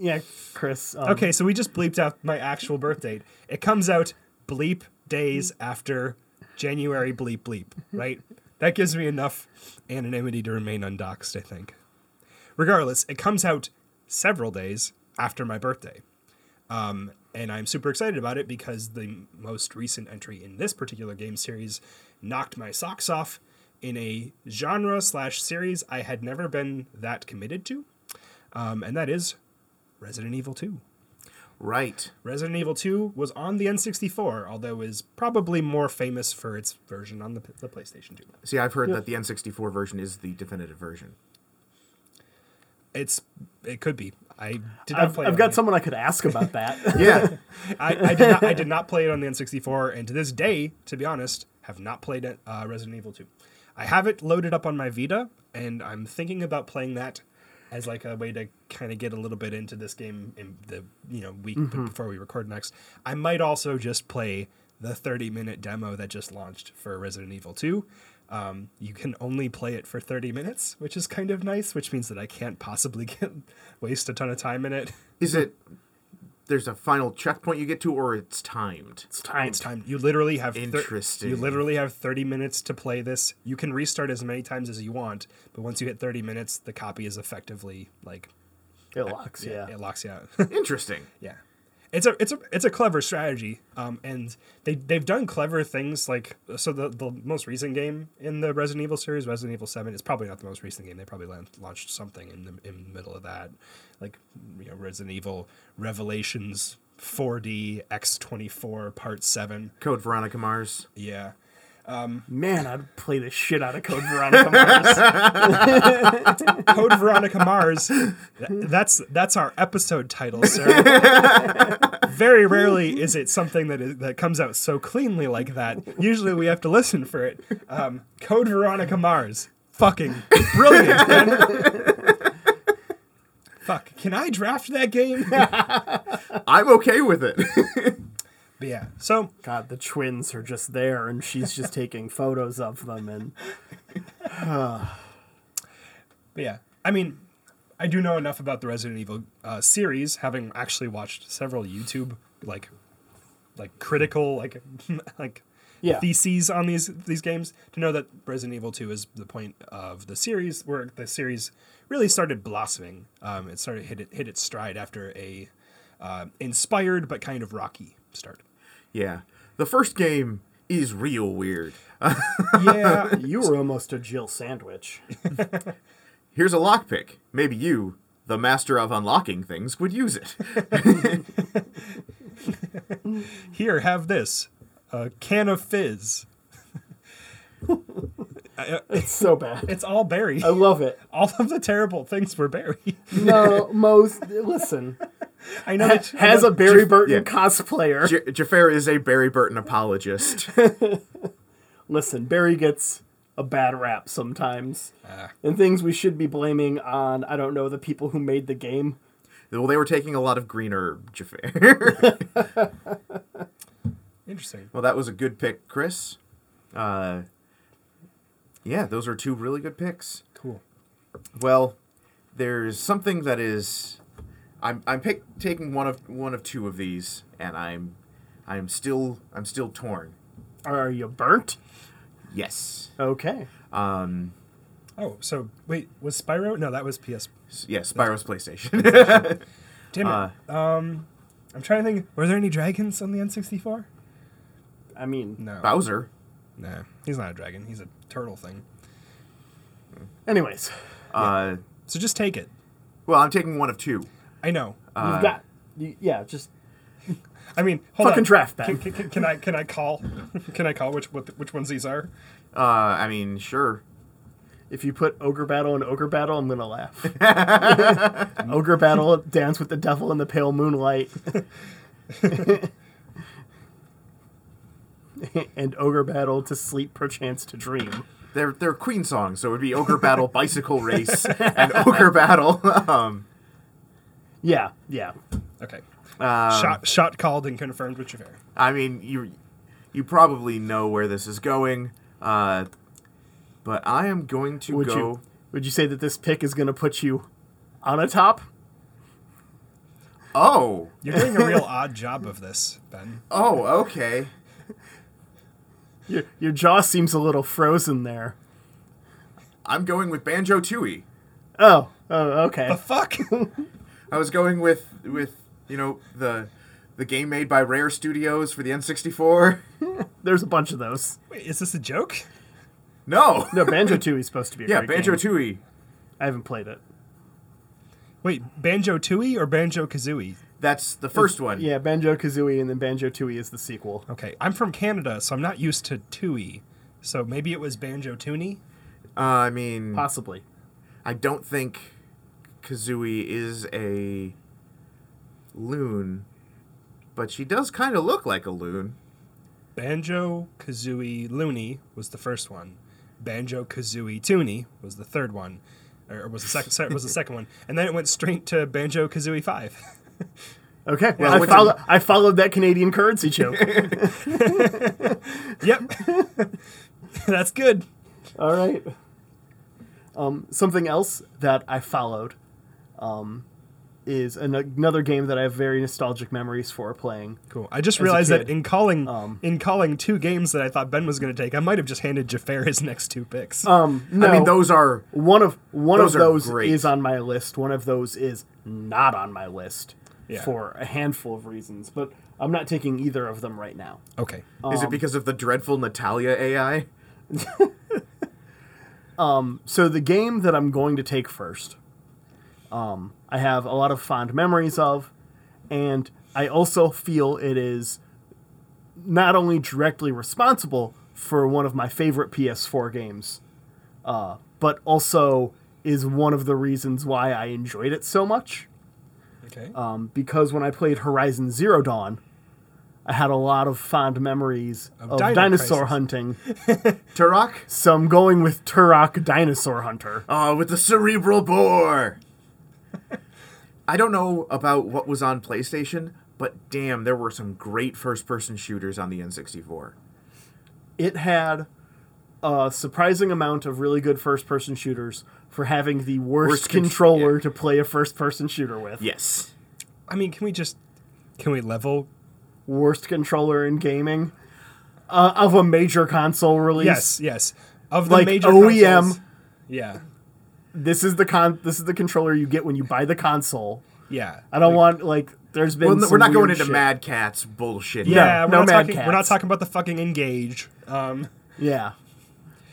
S2: Yeah, Chris. Um,
S3: Okay, so we just bleeped out my actual birth date. It comes out bleep days after January bleep bleep, right? that gives me enough anonymity to remain undoxed, I think. Regardless, it comes out several days after my birthday. Um, and I'm super excited about it because the most recent entry in this particular game series knocked my socks off in a genre slash series I had never been that committed to. Um, and that is Resident Evil 2.
S1: Right.
S3: Resident Evil 2 was on the N64, although is probably more famous for its version on the, the PlayStation 2.
S1: See, I've heard that the N64 version is the definitive version.
S3: It's it could be. I did not
S2: I've,
S3: play. it
S2: I've
S3: on
S2: got
S3: the-
S2: someone I could ask about that. (laughs)
S1: Yeah.
S3: I, I did not. I did not play it on the N64, and to this day, to be honest, have not played it, uh, Resident Evil 2. I have it loaded up on my Vita, and I'm thinking about playing that as like a way to kind of get a little bit into this game in the you know week before we record next. I might also just play the 30 minute demo that just launched for Resident Evil 2. Um, you can only play it for 30 minutes, which is kind of nice, which means that I can't possibly (laughs) get waste a ton of time in it.
S1: (laughs) Is it there's a final checkpoint you get to, or it's (laughs) timed?
S2: It's time.
S3: It's time. You literally have thir-
S1: Interesting.
S3: you literally have thirty minutes to play this. You can restart as many times as you want, but once you hit thirty minutes, the copy is effectively like
S2: It locks. Yeah.
S3: it locks you out. (laughs)
S1: Interesting.
S3: yeah, it's a it's a it's a clever strategy, um, and they they've done clever things like so the the most recent game in the Resident Evil series, Resident Evil Seven, is probably not the most recent game. They probably lan- launched something in the in the middle of that, like you know Resident Evil Revelations 4D X24 Part Seven.
S1: Code Veronica Mars.
S3: Yeah,
S2: Man, I'd play the shit out of Code (laughs) Veronica Mars.
S3: Code Veronica Mars. Th- That's that's our episode title, sir. Very rarely is it something that is, that comes out so cleanly like that. Usually we have to listen for it. Um, Code Veronica Mars. Fucking brilliant. man. Fuck. Can I draft that game? but
S1: I'm okay with it. (laughs)
S3: yeah. So
S2: God, the twins are just there, and she's just taking photos of them, and
S3: But yeah, I mean, I do know enough about the Resident Evil uh, series, having actually watched several YouTube like, like critical like (laughs) like
S2: Yeah.
S3: theses on these these games to know that Resident Evil Two is the point of the series where the series really started blossoming. Um, it started hit it, hit its stride after a uh, inspired but kind of rocky start.
S1: yeah. The first game is real weird.
S3: Yeah,
S2: you were almost a Jill sandwich.
S1: Here's a lockpick. Maybe you, the master of unlocking things, would use (laughs) it.
S3: (laughs) here have this a can of fizz.
S2: It's so bad.
S3: It's all Barry.
S2: I love it.
S3: (laughs) All of the terrible things were Barry.
S2: No, most (laughs) listen
S3: I know that
S2: has a Barry Burton
S1: yeah.
S2: cosplayer.
S1: J- Jafar is a Barry Burton apologist. (laughs)
S2: listen, Barry gets a bad rap sometimes, and things we should be blaming on I don't know the people who made the game.
S1: well, they were taking a lot of green herb, Jafar.
S3: interesting.
S1: well, that was a good pick, Chris. Uh, yeah, those are two really good picks.
S3: Cool.
S1: Well, there's something that is. I'm I'm pick, taking one of one of two of these, and I'm I'm still I'm still torn.
S2: Are you burnt?
S1: Yes.
S2: Okay.
S1: Um.
S3: Oh, so wait, was Spyro? No, that was PS.
S1: s- Yes. Spyro's PlayStation. (laughs)
S3: Damn it.
S2: Uh.
S3: um, I'm trying to think. Were there any dragons on the N64?
S2: I mean,
S3: No.
S1: Bowser.
S3: Nah, he's not a dragon. He's a turtle thing.
S2: anyways,
S1: Uh.
S3: So just take it.
S1: Well, I'm taking one of two.
S3: I know.
S2: you've got you, yeah, just
S3: I mean, hold
S2: Fucking
S3: on.
S2: draft
S3: Can,
S2: then.
S3: can, can- can I can I call? (laughs) can I call which what, which ones these are?
S1: Uh. I mean, sure.
S2: if you put ogre battle and ogre battle, I'm gonna laugh. ogre battle, dance with the devil in the pale moonlight, (laughs) and ogre battle to sleep, perchance to dream.
S1: They're they're Queen songs, so it would be Ogre Battle, Bicycle Race, and Ogre Battle. (laughs) Um.
S2: Yeah, yeah.
S3: Okay.
S2: Um.
S1: uh,
S3: shot shot called and confirmed with Javert.
S1: I mean, you you probably know where this is going. Uh. But I am going to
S2: Would
S1: go.
S2: you would you say that this pick is gonna put you on a top?
S1: Oh.
S3: You're doing a real odd job of this,
S2: (laughs)
S3: Ben.
S1: Oh, okay.
S2: Your, your jaw seems a little frozen there.
S1: I'm going with Banjo Tooie.
S2: Oh, oh, okay.
S3: The fuck. (laughs)
S1: I was going with with you know the the game made by Rare Studios for the N64.
S2: There's a bunch of those.
S3: Wait, is this a joke?
S1: (laughs) No.
S2: No, Banjo Tooie's supposed to be. A
S1: Yeah,
S2: great
S1: Banjo
S2: game.
S1: Tooie.
S2: I haven't played it.
S3: Wait, Banjo Tooie or Banjo Kazooie?
S1: That's the first one.
S2: Yeah, Banjo Kazooie, and then Banjo Tooie is the sequel.
S3: Okay, I'm from Canada, so I'm not used to Tui. So maybe it was Banjo Toonie.
S1: Uh, I mean,
S2: Possibly.
S1: I don't think Kazooie is a loon, but she does kind of look like a loon.
S3: Banjo Kazooie Looney was the first one. Banjo Kazooie Toonie was the third one, or was the second sorry, was the second one, and then it went straight to Banjo Kazooie Five. (laughs)
S2: Okay,
S1: Well,
S2: I,
S1: what's
S2: follow, I followed that Canadian currency joke.
S1: (laughs)
S3: yep, (laughs) that's good.
S2: All right. Um, something else that I followed um, is an, another game that I have very nostalgic memories for playing.
S3: Cool. I just realized that
S2: kid,
S3: in calling
S2: um,
S3: in calling two games that I thought Ben was going to take, I might have just handed Jafar his next two picks.
S2: Um, no,
S1: I mean, those are
S2: one of one
S1: those are
S2: of those
S1: great.
S2: is on my list. One of those is not on my list.
S3: Yeah.
S2: for a handful of reasons, but I'm not taking either of them right now.
S3: Okay.
S1: Is
S2: Um,
S1: it because of the dreadful Natalia AI?
S2: So the game that I'm going to take first, um, I have a lot of fond memories of, and I also feel it is not only directly responsible for one of my favorite PS4 games, uh, but also is one of the reasons why I enjoyed it so much.
S3: Okay.
S2: Um, because when I played Horizon Zero Dawn, I had a lot of fond memories of,
S3: Dino
S2: dinosaur
S3: Crisis.
S2: hunting.
S1: Turok?
S2: So I'm going with Turok Dinosaur Hunter.
S1: Oh, with the cerebral
S2: (laughs)
S1: bore. I don't know about what was on PlayStation, but damn, there were some great first person shooters on the N64.
S2: it had a surprising amount of really good first person shooters for having the worst,
S1: Worst con-
S2: controller to play a first person shooter with.
S1: Yes.
S3: I mean, can we just can we level?
S2: Worst controller in gaming uh, of a major console release.
S3: Yes, yes. Of the
S2: Like E
S3: major
S2: OEM.
S3: consoles- yeah,
S2: This is the con- this is the controller you get when you buy the console.
S3: yeah.
S2: I don't want like there's been
S1: Well, no,
S2: some
S1: we're not going
S2: weird
S1: into
S2: shit.
S1: Mad Cat's bullshit.
S2: No,
S3: yeah, we're,
S2: no
S3: not
S2: Mad
S3: talking, we're
S2: Cats.
S3: not talking about the fucking engage. Um,
S2: Yeah.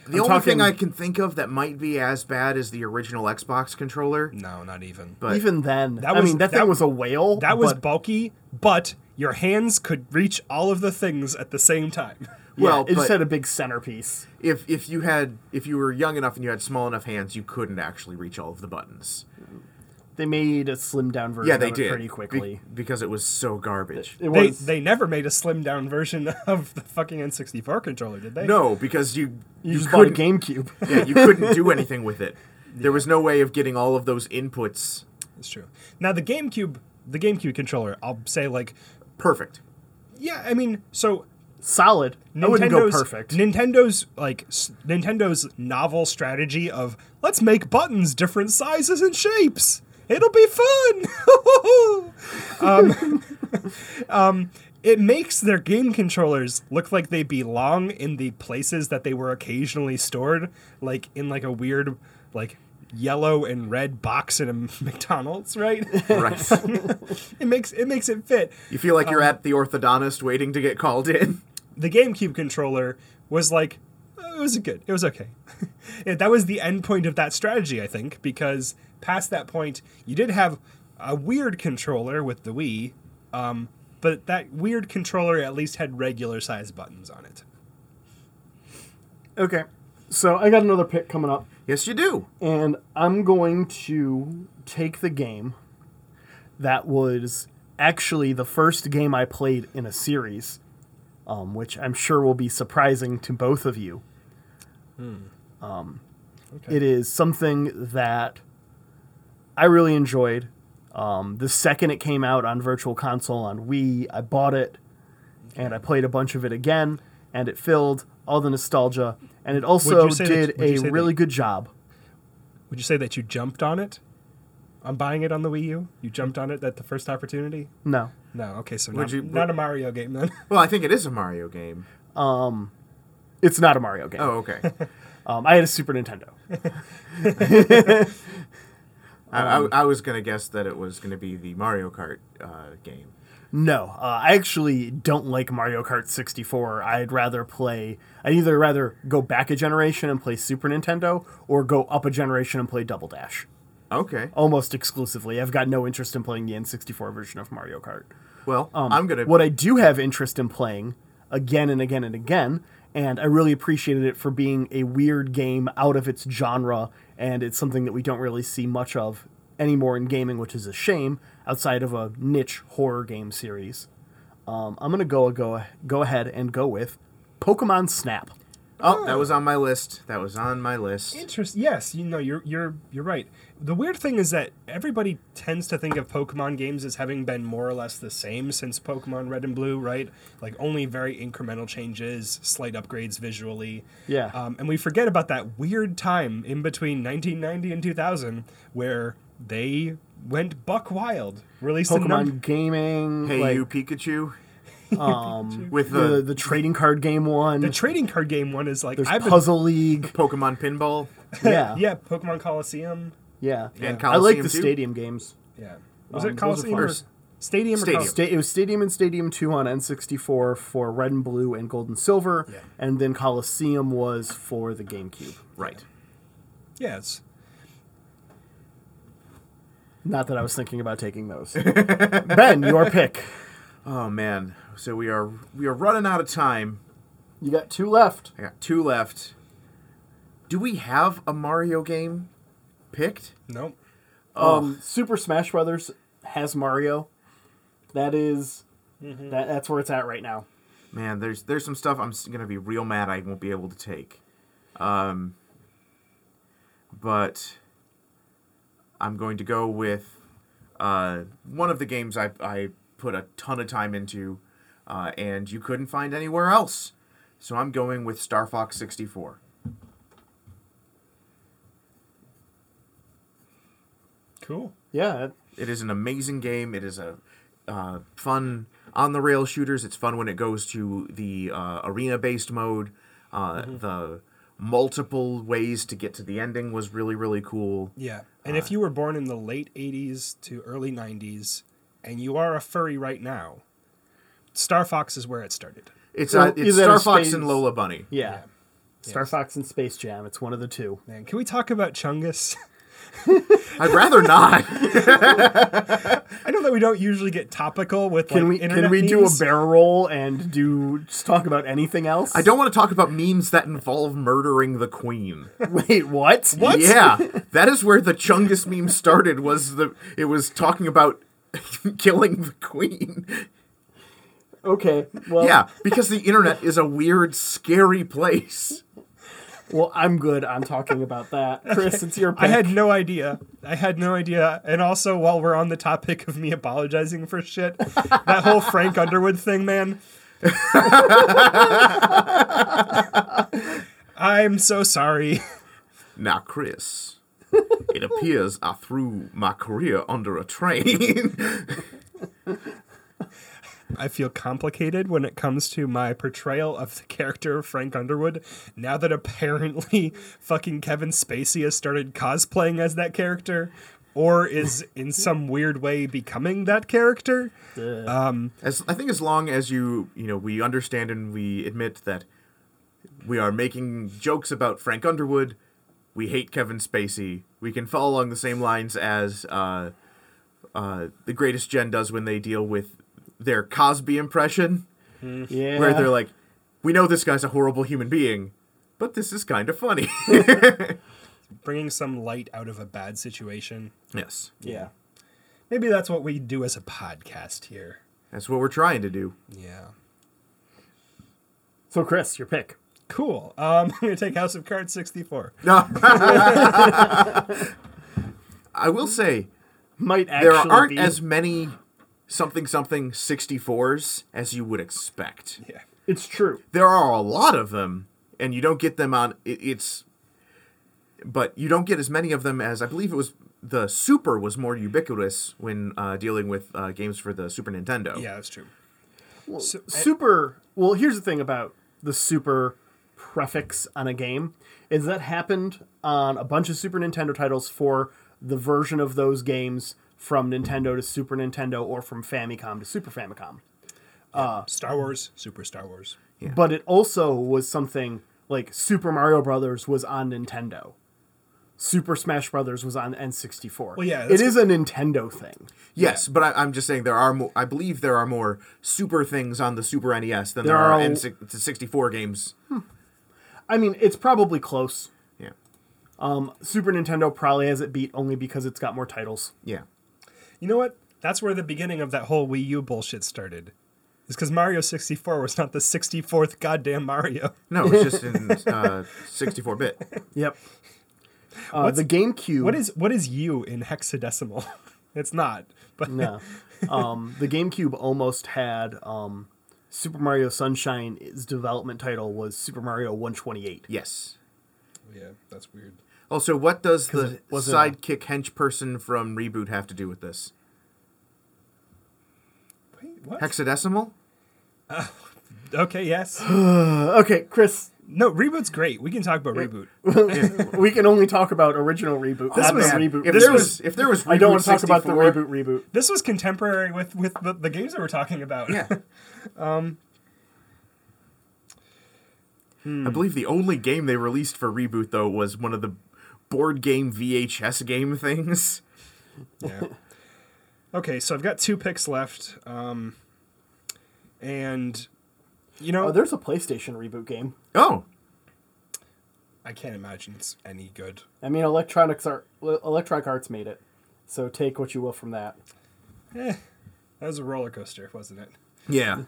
S1: The
S2: I'm
S1: only
S2: talking-
S1: thing I can think of that might be as bad as the original Xbox controller.
S3: no, not even.
S1: But
S2: Even then,
S3: That
S2: I
S3: was-
S2: mean that,
S3: that-
S2: thing was a whale.
S3: that was
S2: but
S3: bulky, but your hands could reach all of the things at the
S2: (laughs)
S3: same time.
S1: well,
S2: it just
S1: but
S2: had a big centerpiece.
S1: if if you had if you were young enough and you had small enough hands, you couldn't actually reach all of the buttons.
S2: They made a slimmed down version
S1: Yeah, they
S2: of it
S1: did
S2: pretty
S1: be-
S2: quickly.
S1: because it was so garbage.
S2: it
S3: They,
S2: was
S3: they never made a slimmed down version (laughs) of the fucking N64 controller, did they?
S1: No, because you
S2: you,
S1: you
S2: just bought a
S1: couldn't
S2: GameCube. (laughs)
S1: yeah, you couldn't do anything with it. There was no way of getting all of those inputs
S3: it's true. Now the GameCube, the GameCube controller, I'll say like,
S1: perfect.
S3: yeah, I mean, so
S2: solid. I wouldn't go
S3: Nintendo's
S2: perfect.
S3: Nintendo's like s- Nintendo's novel strategy of let's make buttons different sizes and shapes. It'll be fun. (laughs) um, (laughs) um, it makes their game controllers look like they belong in the places that they were occasionally stored, like in like a weird like yellow and red box in a (laughs) McDonald's, right? (laughs)
S2: (laughs)
S1: Right.
S2: Um,
S3: it makes it makes it fit.
S1: you feel like you're at the orthodontist waiting to get called in. (laughs)
S3: the GameCube controller was like, it was good. It was okay. (laughs) Yeah, that was the end point of that strategy, I think, because past that point, you did have a weird controller with the Wii, um, but that weird controller at least had regular size buttons on it.
S2: okay, so I got another pick coming up,
S1: Yes, you do.
S2: and I'm going to take the game that was actually the first game I played in a series, um, which I'm sure will be surprising to both of you. Um, It is something that I really enjoyed. Um, the second it came out on Virtual Console on Wii, I bought it and I played a bunch of it again, and it filled all the nostalgia. And it also
S3: you say that-
S2: did
S3: would you
S2: a
S3: say that-
S2: really good job.
S3: Would you say that you jumped on it? On buying it on the Wii U? You jumped on it at the first opportunity?
S2: No.
S3: No, okay, so
S1: Would
S3: not,
S1: you-
S3: not a Mario game then.
S1: Well, I think it is a Mario game.
S2: It's not a Mario game.
S1: Oh, okay.
S2: Um, I had a Super
S3: (laughs)
S2: Nintendo.
S1: I,
S2: Um,
S1: I, I was gonna guess that it was gonna be the Mario Kart uh, game.
S2: No, uh, I actually don't like Mario Kart 64. I'd rather play. I'd either rather go back a generation and play Super Nintendo, or go up a generation and play Double Dash.
S1: Okay.
S2: Almost exclusively, I've got no interest in playing the N64 version of Mario Kart.
S1: Well, I'm gonna.
S2: Um, What I do have interest in playing again and again and again, and I really appreciated it for being a weird game out of its genre, and it's something that we don't really see much of anymore in gaming, which is a shame outside of a niche horror game series. Um, I'm gonna go go go ahead and go with Pokemon Snap.
S1: oh, that was on my list. That was on my list.
S3: Interest. Yes, you know you're you're you're right. The weird thing is that everybody tends to think of Pokemon games as having been more or less the same since Pokemon Red and Blue, right? Like only very incremental changes, slight upgrades visually.
S2: Yeah.
S3: Um, and we forget about that weird time in between 1990 and 2000 where they went buck wild, released a number.
S2: Pokemon gaming,
S1: Hey,
S2: like,
S1: you
S2: (laughs)
S1: Pikachu. Um, with the,
S2: the the trading card game one.
S3: The trading card game one is like
S2: there's
S3: I've been-
S2: Puzzle
S1: (laughs)
S2: League.
S1: Pokemon Pinball
S2: Yeah,
S3: (laughs) yeah, Pokemon Coliseum.
S2: yeah.
S1: and Coliseum
S2: I like the
S1: too.
S2: stadium games.
S3: Yeah. Was
S2: Um, those
S3: it
S2: are
S3: Coliseum?
S2: fun.
S3: or-
S1: Or s-
S3: Stadium.
S1: Stadium.
S3: Or Coliseum?
S2: Sta- it was Stadium and Stadium 2 on N64 for Red and Blue and Gold and Silver,
S3: Yeah.
S2: and then Coliseum was for the GameCube.
S1: Right.
S3: yeah, it's
S2: Not that I was thinking about taking those. ben, your pick.
S1: Oh man. So we are we are running out of time.
S2: You got two left.
S1: I got two left. Do we have a Mario game picked?
S3: nope.
S2: Um, Super Smash Brothers has Mario. That is- that, that's where it's at right now.
S1: Man, there's there's some stuff I'm s- gonna be real mad I won't be able to take. Um, but I'm going to go with uh, one of the games I I put a ton of time into, uh, and you couldn't find anywhere else. So I'm going with Star Fox 64.
S3: Cool.
S2: Yeah, that-
S1: It is an amazing game. It is a uh, fun on the rail shooters. It's fun when it goes to the uh, arena based mode. Uh, The multiple ways to get to the ending was really really cool.
S3: Yeah. And if you were born in the late 80s to early 90s and you are a furry right now, Star Fox is where it started.
S1: It's
S2: Well,
S1: uh, it's
S2: is that
S1: Star
S2: a
S1: Fox
S2: space-
S1: and Lola Bunny.
S2: yeah. Star
S3: Yes.
S2: Fox and Space Jam. It's one of the two.
S3: Man, can we talk about Chungus? (laughs)
S1: I'd rather not.
S3: I know that we don't usually get topical with
S2: Can
S3: like,
S2: we can
S3: internet
S2: we do a
S3: memes.
S2: barrel roll and do just talk about anything else?
S1: I don't want to talk about memes that involve murdering the queen.
S2: wait. What?
S3: What?
S1: Yeah, that is where the Chungus meme started. Was the it was talking about (laughs) killing the queen.
S2: Okay. Well,
S1: Yeah, because the internet is a weird, scary place.
S2: Well, I'm good on talking about that, Chris. It's your pick.
S3: I had no idea. I had no idea. And also, while we're on the topic of me apologizing
S2: (laughs)
S3: for shit, that whole Frank Underwood thing, man. I'm so sorry.
S1: Now, Chris, it appears I threw my career under a train. (laughs)
S3: I feel complicated when it comes to my portrayal of the character of Frank Underwood now that apparently (laughs) fucking Kevin Spacey has started cosplaying as that character or is in some weird way becoming that character.
S1: as I think, as long as you you know we understand and we admit that we are making jokes about Frank Underwood, we hate Kevin Spacey. We can follow along the same lines as uh, uh, the Greatest Gen does when they deal with their Cosby impression.
S2: yeah.
S1: where they're like, we know this guy's a horrible human being, but this is kind of funny. (laughs)
S3: Bringing some light out of a bad situation.
S1: yes,
S2: yeah.
S3: Maybe that's what we do as a podcast here.
S1: that's what we're trying to do.
S3: Yeah.
S2: So, Chris, your pick.
S3: Cool. Um, (laughs) I'm going to take House of Cards 64.
S1: (laughs) I will say
S2: Might actually
S1: there aren't
S2: be.
S1: as many something something 64s as you would expect.
S3: Yeah.
S2: it's true.
S1: There are a lot of them, and you don't get them on it, it's. But you don't get as many of them as I believe it was the Super was more ubiquitous when uh, dealing with uh, games for the Super Nintendo.
S3: Yeah, that's true. So-
S2: Super. Well, here's the thing about the super prefix on a game is that happened on a bunch of Super Nintendo titles for the version of those games from Nintendo to Super Nintendo or from Famicom to Super Famicom.
S3: uh, Star Wars, Super Star Wars.
S2: But it also was something like Super Mario Brothers was on Nintendo. Super Smash Brothers was on N64.
S3: Well, yeah,
S2: it
S3: that's-
S2: is a Nintendo thing.
S1: Yes, but I, I'm just saying there are. Mo- I believe there are more Super things on the Super NES than there,
S2: There
S1: are,
S2: are-
S1: N N64 games.
S2: I mean, it's probably close.
S1: Yeah,
S2: Super Nintendo probably has it beat only because it's got more titles.
S1: yeah,
S3: You know what? That's where the beginning of that whole Wii U bullshit started. It's because Mario 64 was not the 64th goddamn Mario.
S1: no, it's just in uh, 64-bit.
S2: Yep. Uh, the GameCube.
S3: What is what is U in hexadecimal? (laughs) it's not. But (laughs)
S2: No. Um, the GameCube almost had um, Super Mario Sunshine's development title was Super Mario 128.
S1: Yes.
S3: yeah, that's weird.
S1: Also, what does
S2: 'Cause
S1: the
S2: it wasn't a-
S1: sidekick hench person from Reboot have to do with this?
S3: Wait, what?
S1: Hexadecimal?
S3: okay, yes.
S2: Uh, okay, Chris,
S3: No, reboot's great. We can talk about reboot.
S2: we can only talk about original reboot.
S1: This
S2: not
S1: was
S2: the reboot.
S1: If
S2: reboot.
S1: there was, if there was,
S2: I don't
S1: Reboot
S2: want to talk about the
S1: 64
S2: reboot reboot.
S3: This was contemporary with with the, the games that we're talking about.
S1: Yeah.
S2: (laughs) Um, hmm.
S1: I believe the only game they released for reboot though was one of the board game VHS game things. (laughs)
S3: Yeah. (laughs) Okay, so I've got two picks left. Um, and you know,
S2: Oh, there's a PlayStation reboot game.
S1: Oh,
S3: I can't imagine it's any good.
S2: I mean, Electronics Art, Electronic Arts made it, so take what you will from that.
S3: That was a roller coaster, wasn't it?
S1: yeah.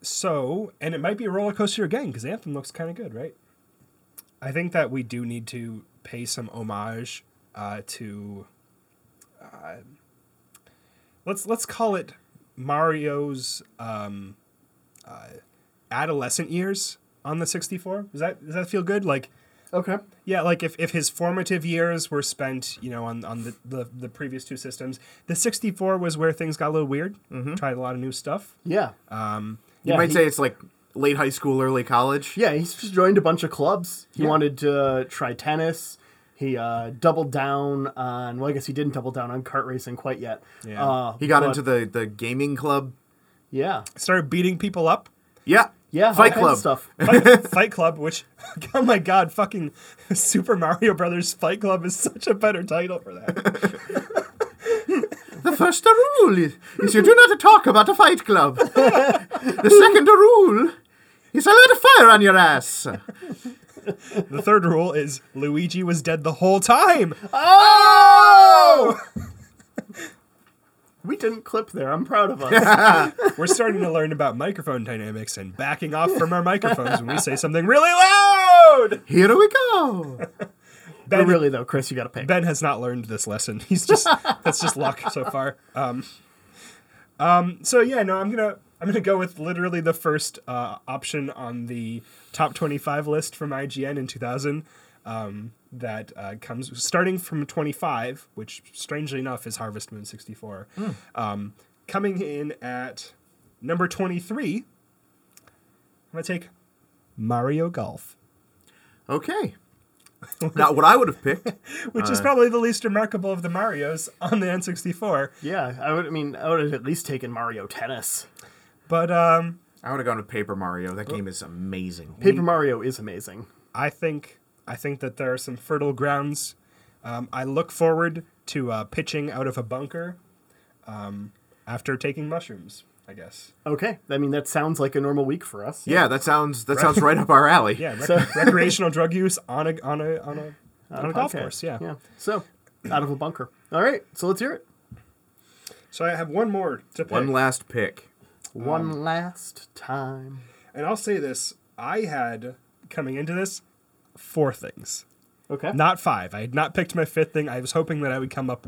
S3: So, and it might be a roller coaster again because Anthem looks kind of good, right? I think that we do need to pay some homage uh, to, uh, let's let's call it Mario's um, uh, adolescent years on the sixty four. Does that does that feel good? Like
S2: Okay.
S3: yeah, like if, if his formative years were spent, you know, on, on the, the, the previous two systems, the 64 was where things got a little weird. Tried a lot of new stuff.
S2: Yeah.
S3: Um,
S1: You
S2: yeah,
S1: might
S2: he-
S1: say it's like late high school, early college.
S2: Yeah, he's just joined a bunch of clubs. He wanted to uh, try tennis. He uh, doubled down on. Well, I guess he didn't double down on kart racing quite yet.
S3: Yeah.
S2: Uh,
S1: He got
S2: but-
S1: into the the gaming club.
S2: Yeah.
S3: started beating people up.
S1: Yeah.
S2: Yeah. all
S1: Fight
S2: kinds
S1: Club.
S2: of stuff.
S3: Fight, Fight Club, which, (laughs) oh my god, fucking Super Mario Brothers Fight Club is such a better title for that.
S1: The first rule is, is you do not talk about a fight club. the second rule is I light a fire on your ass.
S3: the third rule is Luigi was dead the whole time.
S1: Oh!
S2: We didn't clip there. I'm proud
S1: (laughs)
S2: of us.
S3: We're starting to learn about microphone dynamics and backing off from our microphones when we say something really loud.
S1: Here we go.
S2: but
S3: Ben,
S2: really though, Chris, you got to pick.
S3: Ben has not learned this lesson. He's just that's just luck so far. Um, um, so yeah, no, I'm gonna I'm gonna go with literally the first uh, option on the top 25 list from IGN in 2000. Um, that uh, comes starting from 25, which strangely enough is Harvest Moon 64. Um, coming in at number 23, I'm gonna take Mario Golf,
S1: Okay. Not what I would have picked.
S3: which is probably the least remarkable of the Mario's on the N64.
S2: Yeah, I would. I mean, I would have at least taken Mario Tennis.
S3: But um,
S1: I would have gone with Paper Mario. That game is amazing. Mm.
S2: Paper Mario is amazing.
S3: I think I think that there are some fertile grounds. Um, I look forward to uh, pitching out of a bunker um, after taking mushrooms. I guess.
S2: Okay, I mean that sounds like a normal week for us.
S1: Yeah, that sounds that sounds right up our alley.
S3: Yeah, rec- (laughs)
S2: So-
S3: recreational drug use on a on a on a, on a,
S2: Okay.
S3: golf course. Yeah.
S2: yeah. So, out of a bunker. All right, so let's hear it.
S3: So I have one more to pick,
S1: One last pick.
S3: Um,
S2: One last time.
S3: and I'll say this: I had coming into this four things,
S2: Okay.
S3: not five. I had not picked my fifth thing. I was hoping that I would come up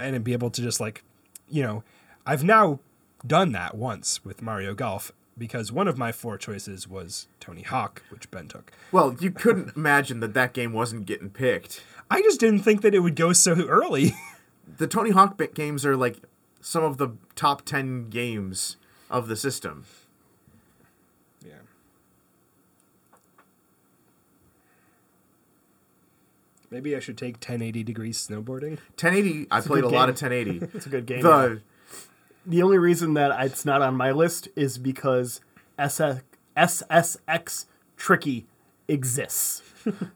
S3: and be able to just like, you know, I've now done that once with Mario Golf because one of my four choices was Tony Hawk, which Ben took.
S1: Well, you couldn't imagine that that game wasn't getting picked.
S3: I just didn't think that it would go so early. (laughs)
S1: The Tony Hawk ba- games are like some of the top 10 games of the system.
S3: yeah. Maybe I should take 1080 degrees snowboarding.
S1: 1080, I played a
S2: good
S1: lot
S2: game.
S1: of
S2: (laughs)
S1: 1080.
S2: it's a good game.
S1: the
S2: The only reason that it's not on my list is because SS- SSX Tricky exists.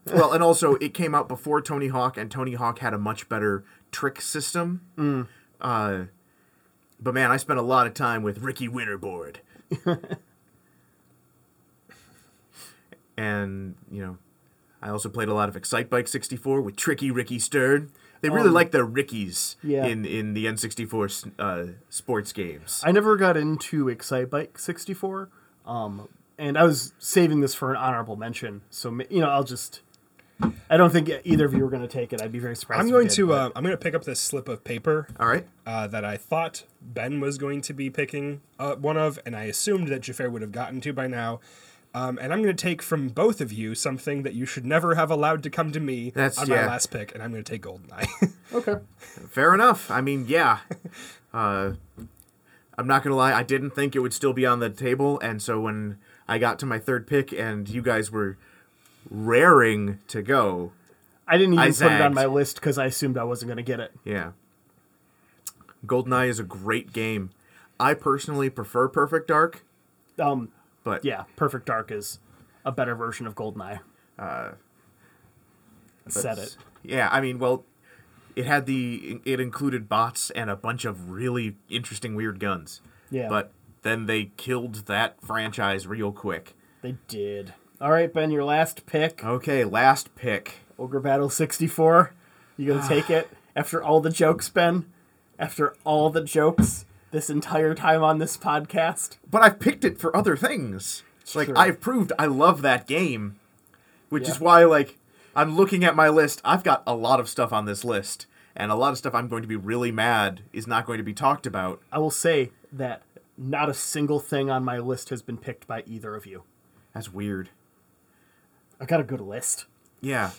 S1: well, and also it came out before Tony Hawk, and Tony Hawk had a much better trick system.
S2: Mm.
S1: Uh, but man, I spent a lot of time with Ricky
S2: (laughs)
S1: Winterboard, and you know, I also played a lot of Excite Bike '64 with Tricky Ricky Stern. They really
S2: Um,
S1: like their Rickies
S2: yeah.
S1: in in the N64 uh, sports games.
S2: I never got into Excitebike 64, um, and I was saving this for an honorable mention. So ma- you know, I'll just. I don't think either of you were going to take it. I'd be very surprised.
S3: I'm
S2: if you
S3: going
S2: did,
S3: to
S2: but-
S3: uh, I'm going to pick up this slip of paper
S1: All right,
S3: uh, that I thought Ben was going to be picking uh, one of, and I assumed that Jafar would have gotten to by now. Um, and I'm going to take from both of you something that you should never have allowed to come to me
S1: That's-
S3: on
S1: yeah.
S3: my last pick, and I'm going to take Goldeneye. (laughs)
S2: Okay.
S1: fair enough. I mean,
S2: (laughs)
S1: yeah. Uh, I'm not gonna lie. I didn't think it would still be on the table, and so when I got to my third pick, and you guys were raring to go.
S2: I didn't even
S1: I
S2: put it on
S1: zagged.
S2: my list because I assumed I wasn't going to get it.
S1: Yeah. GoldenEye is a great game. I personally prefer Perfect Dark,
S2: Um,
S1: but
S2: yeah, Perfect Dark is a better version of Goldeneye. Uh, Said it.
S1: yeah, I mean, well, it had the it included bots and a bunch of really interesting weird guns.
S2: Yeah.
S1: But then they killed that franchise real quick.
S2: They did. All right, Ben, your last pick,
S1: Okay, last pick.
S2: Ogre Battle 64. You going to take it? After all the jokes, Ben? After all the jokes this entire time on this podcast?
S1: But I've picked it for other things. Like
S2: Sure.
S1: I've proved I love that game, which is
S2: Yeah.
S1: why like I'm looking at my list. I've got a lot of stuff on this list, and a lot of stuff I'm going to be really mad is not going to be talked about.
S2: I will say that not a single thing on my list has been picked by either of you.
S1: That's weird.
S2: I got a good list.
S1: Yeah.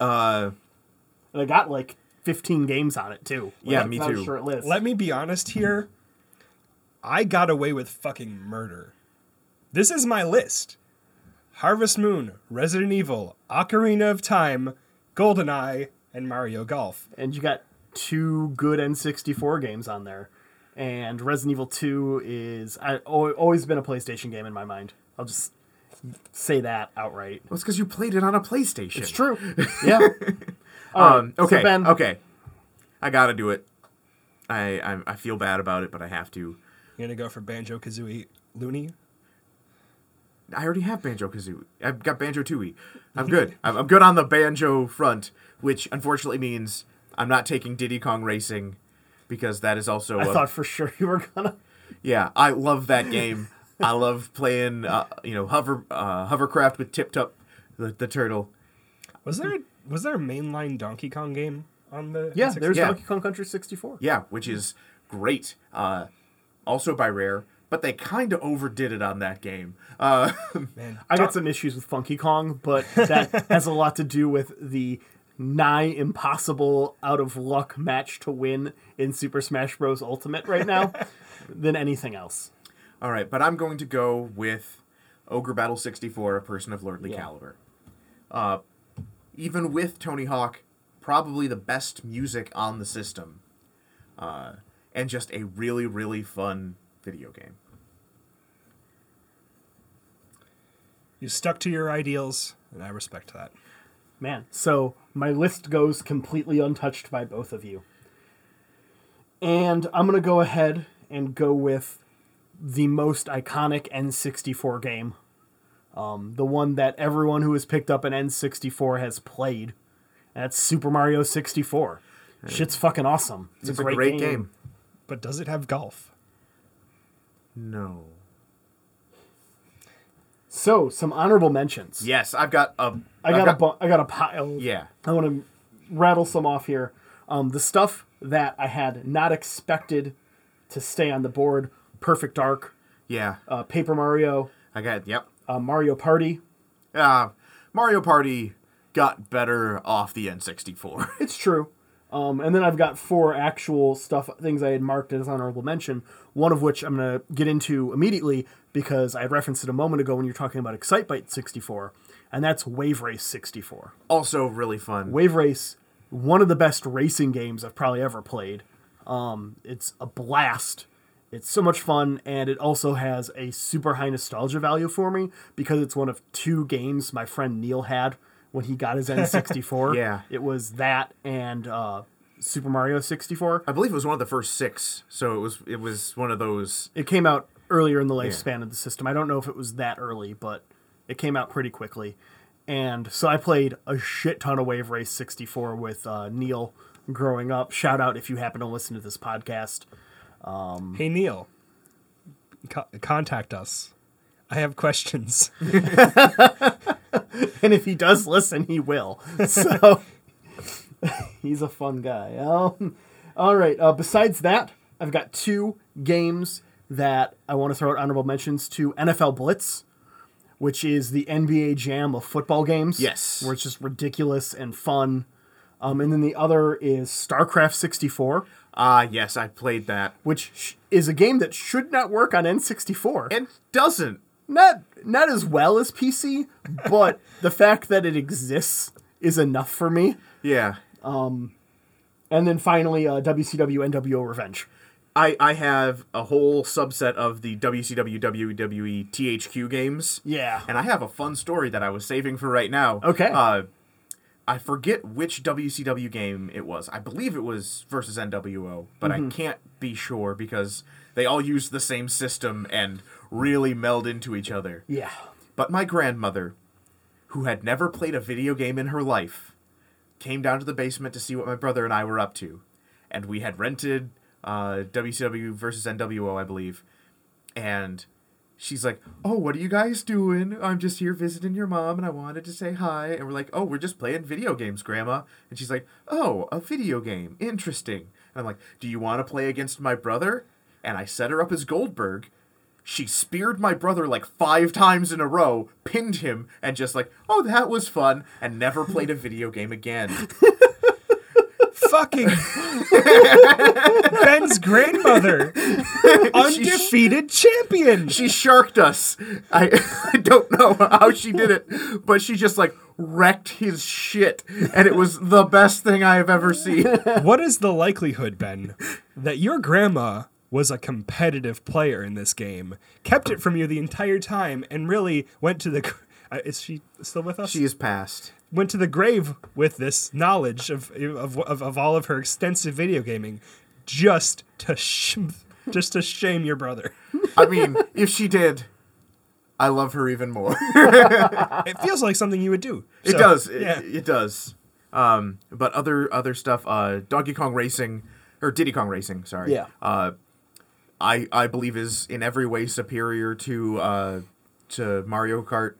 S2: And I got like 15 games on it too. Like,
S1: Yeah,
S2: it's
S1: me
S2: not a
S1: too.
S2: short list.
S3: Let me be honest here. I got away with fucking murder. This is my list Harvest Moon, Resident Evil, Ocarina of Time, GoldenEye, and Mario Golf.
S2: and you got two good N64 games on there. And Resident Evil 2 is I, al- always been a PlayStation game in my mind. I'll just say that outright.
S1: Well, it's because you played it on a PlayStation.
S2: It's true.
S1: (laughs)
S2: Yeah. All
S1: Um,
S2: right, so
S1: okay.
S2: Ben-
S1: Okay. I gotta do it. I, I I feel bad about it, but I have to.
S3: You're gonna go for Banjo Kazooie Looney?
S1: I already have Banjo Kazooie. I've got Banjo Tooie. I'm
S2: (laughs)
S1: good. I'm, I'm good on the banjo front, which unfortunately means I'm not taking Diddy Kong Racing because that is also.
S2: I
S1: a-
S2: thought for sure you were gonna.
S1: yeah, I love that game. I love playing, uh, you know, hover uh, hovercraft with Tip Top, the, the turtle.
S3: Was there a, was there a mainline Donkey Kong game on the
S2: (laughs) Yeah,
S3: 64?
S2: there's
S1: Yeah.
S2: Donkey Kong Country 64.
S1: Yeah, which is great. Uh, also by Rare, but they kind of overdid it on that game. Uh, (laughs)
S3: man.
S2: I got some issues with Funky Kong, but that has a lot to do with the nigh impossible out of luck match to win in Super Smash Bros. Ultimate right now than anything else.
S1: all right, but I'm going to go with Ogre Battle 64, a person of lordly
S2: Yeah.
S1: caliber. Uh, even with Tony Hawk, probably the best music on the system, uh, and just a really really fun video game.
S3: You stuck to your ideals, and I respect that.
S2: Man, so my list goes completely untouched by both of you. And I'm going to go ahead and go with the most iconic N64 game. Um, the one that everyone who has picked up an N64 has played. And that's Super Mario 64. Shit's fucking awesome. It's,
S1: It's a great, game.
S3: But does it have golf?
S1: No.
S2: So, some honorable mentions.
S1: Yes, I've got a.
S2: I got,
S1: I've
S2: a bu- I got a pile.
S1: yeah.
S2: I want to rattle some off here. Um, the stuff that I had not expected to stay on the board: Perfect Dark,
S1: Yeah.
S2: uh, Paper Mario,
S1: I got. Yep.
S2: uh, Mario Party.
S1: Uh, Mario Party got better off the N64.
S2: It's true. Um, and then I've got four actual stuff things I had marked as honorable mention. One of which I'm gonna get into immediately because I had referenced it a moment ago when you're talking about Excitebike 64, and that's Wave Race 64.
S1: (laughs) also really fun.
S2: Wave Race, one of the best racing games I've probably ever played. Um, it's a blast. It's so much fun, and it also has a super high nostalgia value for me because it's one of two games my friend Neil had when he got his N64.
S1: Yeah.
S2: It was that and uh, Super Mario 64.
S1: I believe it was one of the first six, so it was it was one of those.
S2: It came out earlier in the lifespan of the system. I don't know if it was that early, but it came out pretty quickly. And so I played a shit ton of Wave Race 64 with uh, Neil growing up. Shout out if you happen to listen to this podcast.
S3: Hey Neil, co- contact us. I have questions. (laughs)
S2: And if he does listen, he will. So (laughs) he's a fun guy. Um, all right. Uh, besides that, I've got two games that I want to throw out honorable mentions to NFL Blitz, which is the NBA jam of football games.
S1: Yes.
S2: Where it's just ridiculous and fun. Um, and then the other is StarCraft 64,
S1: Ah, yes, I played that
S2: which sh- is a game that should not work on N64.
S1: and doesn't.
S2: not not as well as PC, but (laughs) the fact that it exists is enough for me.
S1: Yeah.
S2: And then finally, uh, WCW NWO Revenge.
S1: I, I have a whole subset of the WCW WWE THQ games.
S2: Yeah.
S1: And I have a fun story that I was saving for right now.
S2: Okay.
S1: Uh, I forget which WCW game it was. I believe it was versus NWO, but
S2: Mm-hmm.
S1: I can't be sure because they all used the same system and really meld into each other.
S2: Yeah.
S1: But my grandmother, who had never played a video game in her life, came down to the basement to see what my brother and I were up to. And we had rented uh, WCW versus NWO, I believe. And she's like, Oh, what are you guys doing? I'm just here visiting your mom and I wanted to say hi. And we're like, Oh, we're just playing video games, Grandma. And she's like, Oh, a video game. Interesting. And I'm like, Do you want to play against my brother? And I set her up as Goldberg. She speared my brother like five times in a row, pinned him, and just like, oh, that was fun, and never played a video game again.
S3: Fucking Ben's grandmother, undefeated champion.
S1: she sharked us. I, (laughs) I don't know how she did it, but she just like wrecked his shit, and it was the best thing I have ever seen.
S3: What is the likelihood, Ben, that your grandma was a competitive player in this game, kept it from you the entire time, and really went to the. gr- Uh, is she still with
S1: (laughs)
S3: us?
S1: She is passed.
S3: went to the grave with this knowledge of of, of, of all of her extensive video gaming, just to sh- just to shame your brother.
S1: I mean, if she did, I love her even more. (laughs)
S3: It feels like something you would do.
S1: It
S3: So,
S1: does. It,
S3: yeah.
S1: it does. Um, but other other stuff. Uh, Donkey Kong Racing or Diddy Kong Racing. Sorry.
S2: Yeah.
S1: Uh, I I believe is in every way superior to uh, to Mario Kart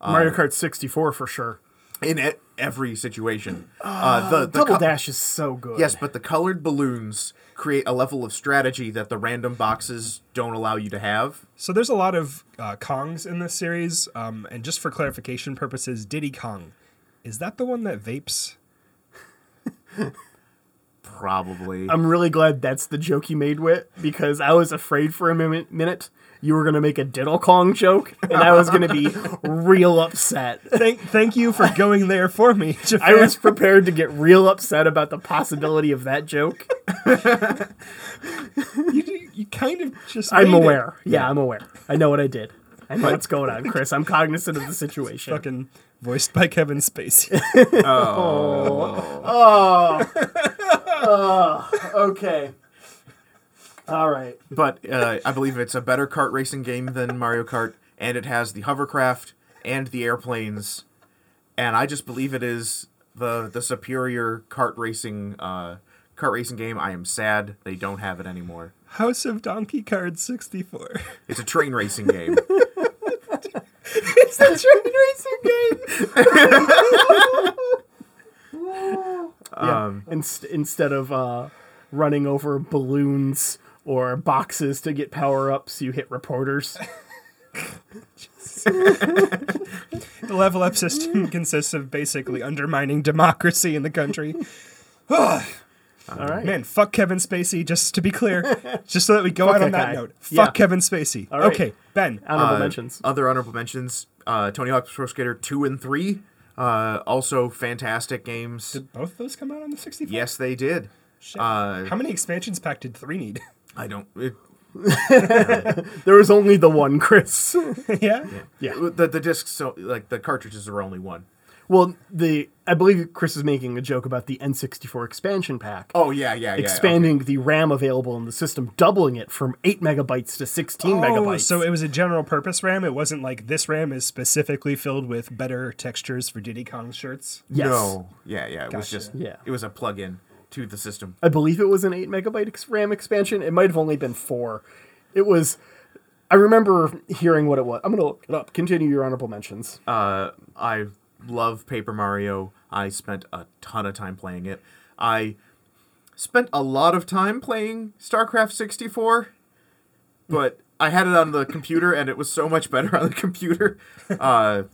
S1: Um,
S2: Mario Kart 64 for sure.
S1: in e- every situation. Uh, the, the
S2: Double
S1: co-
S2: Dash is so good.
S1: Yes, but the colored balloons create a level of strategy that the random boxes don't allow you to have.
S3: So there's a lot of uh, Kongs in this series, um, and just for clarification purposes, Diddy Kong, is that the one that vapes?
S1: Probably.
S2: I'm really glad that's the joke you made, Wit, because I was afraid for a minute, minute you were going to make a Diddle Kong joke, and I was going to
S1: (laughs)
S2: be real upset.
S3: Thank thank you for going there for me. Jafar.
S2: (laughs) I was prepared to get real upset about the possibility of that joke.
S3: (laughs) you, you kind of just.
S2: I'm
S3: made it.
S2: aware. Yeah, I'm aware. I know what I did. I know what's going on, Chris. I'm cognizant of the situation.
S3: Fucking voiced by Kevin
S2: (laughs)
S3: Spacey.
S2: Okay. All right.
S1: but uh, I believe it's a better kart racing game than Mario Kart, and it has the hovercraft and the airplanes, and I just believe it is the the superior kart racing uh, kart racing game. I am sad they don't have it anymore.
S3: House of Donkey Card 64.
S1: It's a train racing game.
S3: it's the train racing game.
S2: Um, instead of uh, running over balloons or boxes to get power ups, you hit reporters.
S3: The level up system consists of basically undermining democracy in the country.
S2: All right.
S3: Man, fuck Kevin Spacey, just to be clear, just so that we go out
S2: that
S3: on that
S2: guy.
S3: note. Fuck
S2: Yeah.
S3: Kevin Spacey.
S2: right.
S3: Okay, Ben.
S2: Honorable
S1: Uh,
S2: mentions.
S1: Other honorable mentions: uh, Tony Hawk's Pro Skater two and three, uh, also fantastic games.
S3: did both those come out on the 64?
S1: yes, they did.
S3: Shit.
S1: Uh,
S3: How many expansions pack did 3 need? (laughs)
S1: I don't. It,
S2: There was only the one, Chris. (laughs)
S3: yeah?
S2: yeah.
S1: the the discs, so like the cartridges, are only one.
S2: Well, the I believe Chris is making a joke about the N64 expansion pack.
S1: Oh yeah, yeah, yeah.
S2: expanding the RAM available in the system, doubling it from 8 megabytes to 16
S3: Oh,
S2: megabytes.
S3: so it was a general purpose RAM. It wasn't like this RAM is specifically filled with better textures for Diddy Kong shirts.
S2: yes.
S1: Oh, No. Yeah, yeah. It was
S3: Gotcha.
S1: just
S2: Yeah.
S1: It was a plug-in to the system.
S2: I believe it was an 8 megabyte ex- RAM expansion. It might have only been 4. It was. I remember hearing what it was. I'm going to look it up. Continue your honorable mentions.
S1: Uh, I love Paper Mario. I spent a ton of time playing it. I spent a lot of time playing StarCraft 64, but I had it on the computer and it was so much better on the computer. (laughs) Uh,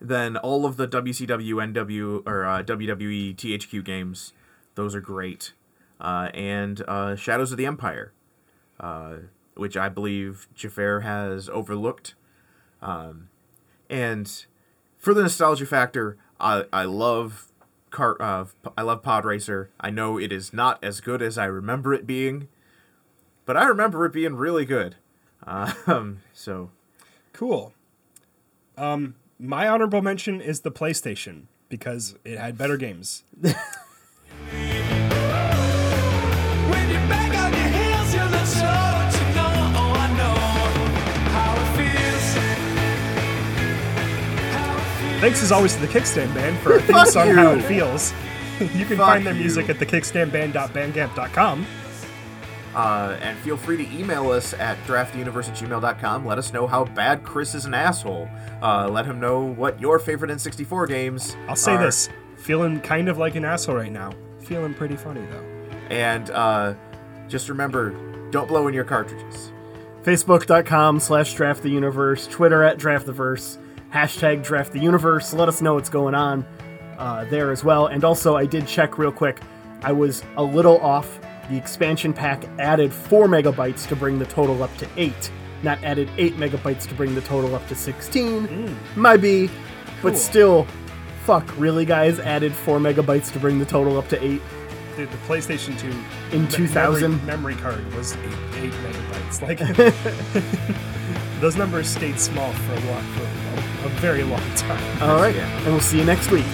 S1: than all of the WCW, NW, or uh, WWE, THQ games. Those are great. Uh, and uh, Shadows of the Empire. uh, which I believe Jafar has overlooked and for the nostalgia factor, I I love car uh, p- I love Pod Racer. I know it is not as good as I remember it being, but I remember it being really good. Um, (laughs) so
S3: Cool. Um, my honorable mention is the PlayStation because it had better games.
S4: When you're back on your heels, you're not sure what you know. Oh, I know how it feels. How it feels.
S3: Thanks as always to the Kickstand Band for our theme
S2: Fuck
S3: song
S2: you.
S3: How It Feels. (laughs) you can
S1: Fuck
S3: find their
S1: you.
S3: music at thekickstandband.bandcamp.com.
S1: Uh, and feel free to email us at draftuniverse at gmail.com. Let us know how bad Chris is an asshole. Uh, let him know what your favorite N64 games
S3: I'll say
S1: are.
S3: this feeling kind of like an asshole right now. Feeling pretty funny though.
S1: And uh, just remember don't blow in your cartridges.
S2: Facebook.com slash draft the universe, Twitter at draft the verse, hashtag draft the universe. Let us know what's going on uh, there as well. And also, I did check real quick. I was a little off. The expansion pack added four megabytes to bring the total up to eight, not added eight megabytes to bring the total up to 16. My B, but still, fuck, really, guys? Added four megabytes to bring the total up to eight?
S3: Dude, the PlayStation 2
S2: In
S3: me-
S2: 2000?
S3: memory, memory card was eight, eight megabytes. Like (laughs) those numbers stayed small for a long, for a, a very long time.
S2: All right,
S1: Yeah.
S2: and we'll see you next week.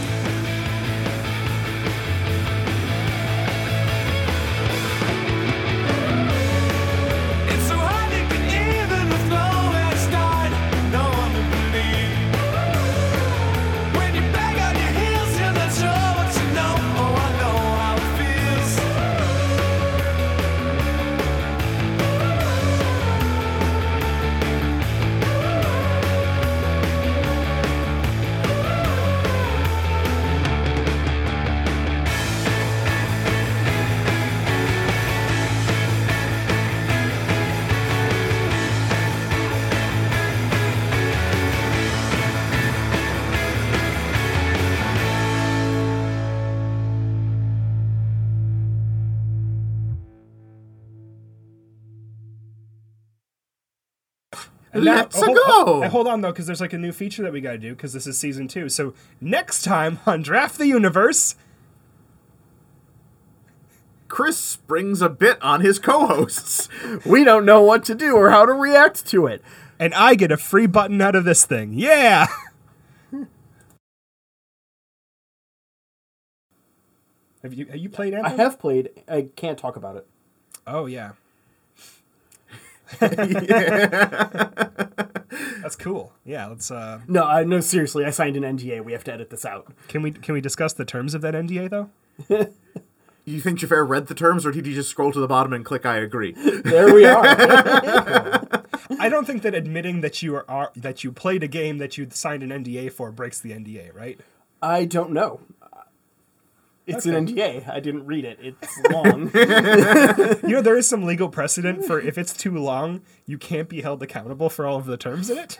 S4: It's so hard to get even with nowhere to start. No one to believe. When you're back on your heels, you're not sure what you know. Oh, I know how it feels.
S3: And now-
S1: Let's-a
S3: hold,
S1: go!
S3: I hold on though, because there's like a new feature that we got to do because this is season two. So next time on Draft the Universe,
S1: Chris springs a bit on his co (laughs) hosts.
S2: We don't know what to do or how to react to it.
S3: and I get a free button out of this thing. Yeah. (laughs) have you have you played
S2: I
S3: Anthem?
S2: have played. I can't talk about it.
S3: (laughs) Oh yeah. That's cool. Yeah, let's uh
S2: No, I no. Seriously, I signed an NDA. We have to edit this out.
S3: can we can we discuss the terms of that NDA though?
S1: (laughs) You think Jafar read the terms, or did he just scroll to the bottom and click I agree?
S2: There we (laughs) are.
S3: I don't think that admitting that you are, are that you played a game that you signed an NDA for breaks the NDA, right?
S2: I don't know. It's an NDA. I didn't read it. (laughs) It's long.
S3: You know, there is some legal precedent for if it's too long, you can't be held accountable for all of the terms in it.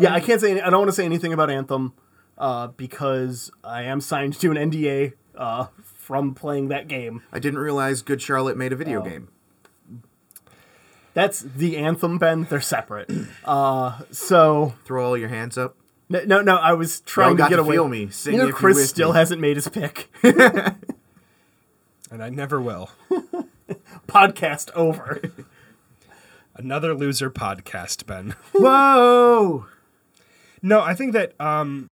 S2: yeah, I can't say. Any, I don't want to say anything about Anthem uh, because I am signed to an NDA uh, from playing that game.
S1: I didn't realize Good Charlotte made a video game.
S2: That's the Anthem, Ben. They're (clears throat) separate. Uh, so
S1: Throw all your hands up.
S2: No, no, no, I was trying to
S1: got
S2: get
S1: to
S2: away.
S1: feel me. Sing
S2: you
S1: if
S2: know,
S1: you
S2: Chris
S1: with
S2: still
S1: me.
S2: hasn't made his pick.
S3: (laughs)
S2: (laughs)
S3: And I never will.
S2: Podcast over.
S3: Another loser podcast, Ben.
S1: Whoa!
S3: No, I think that um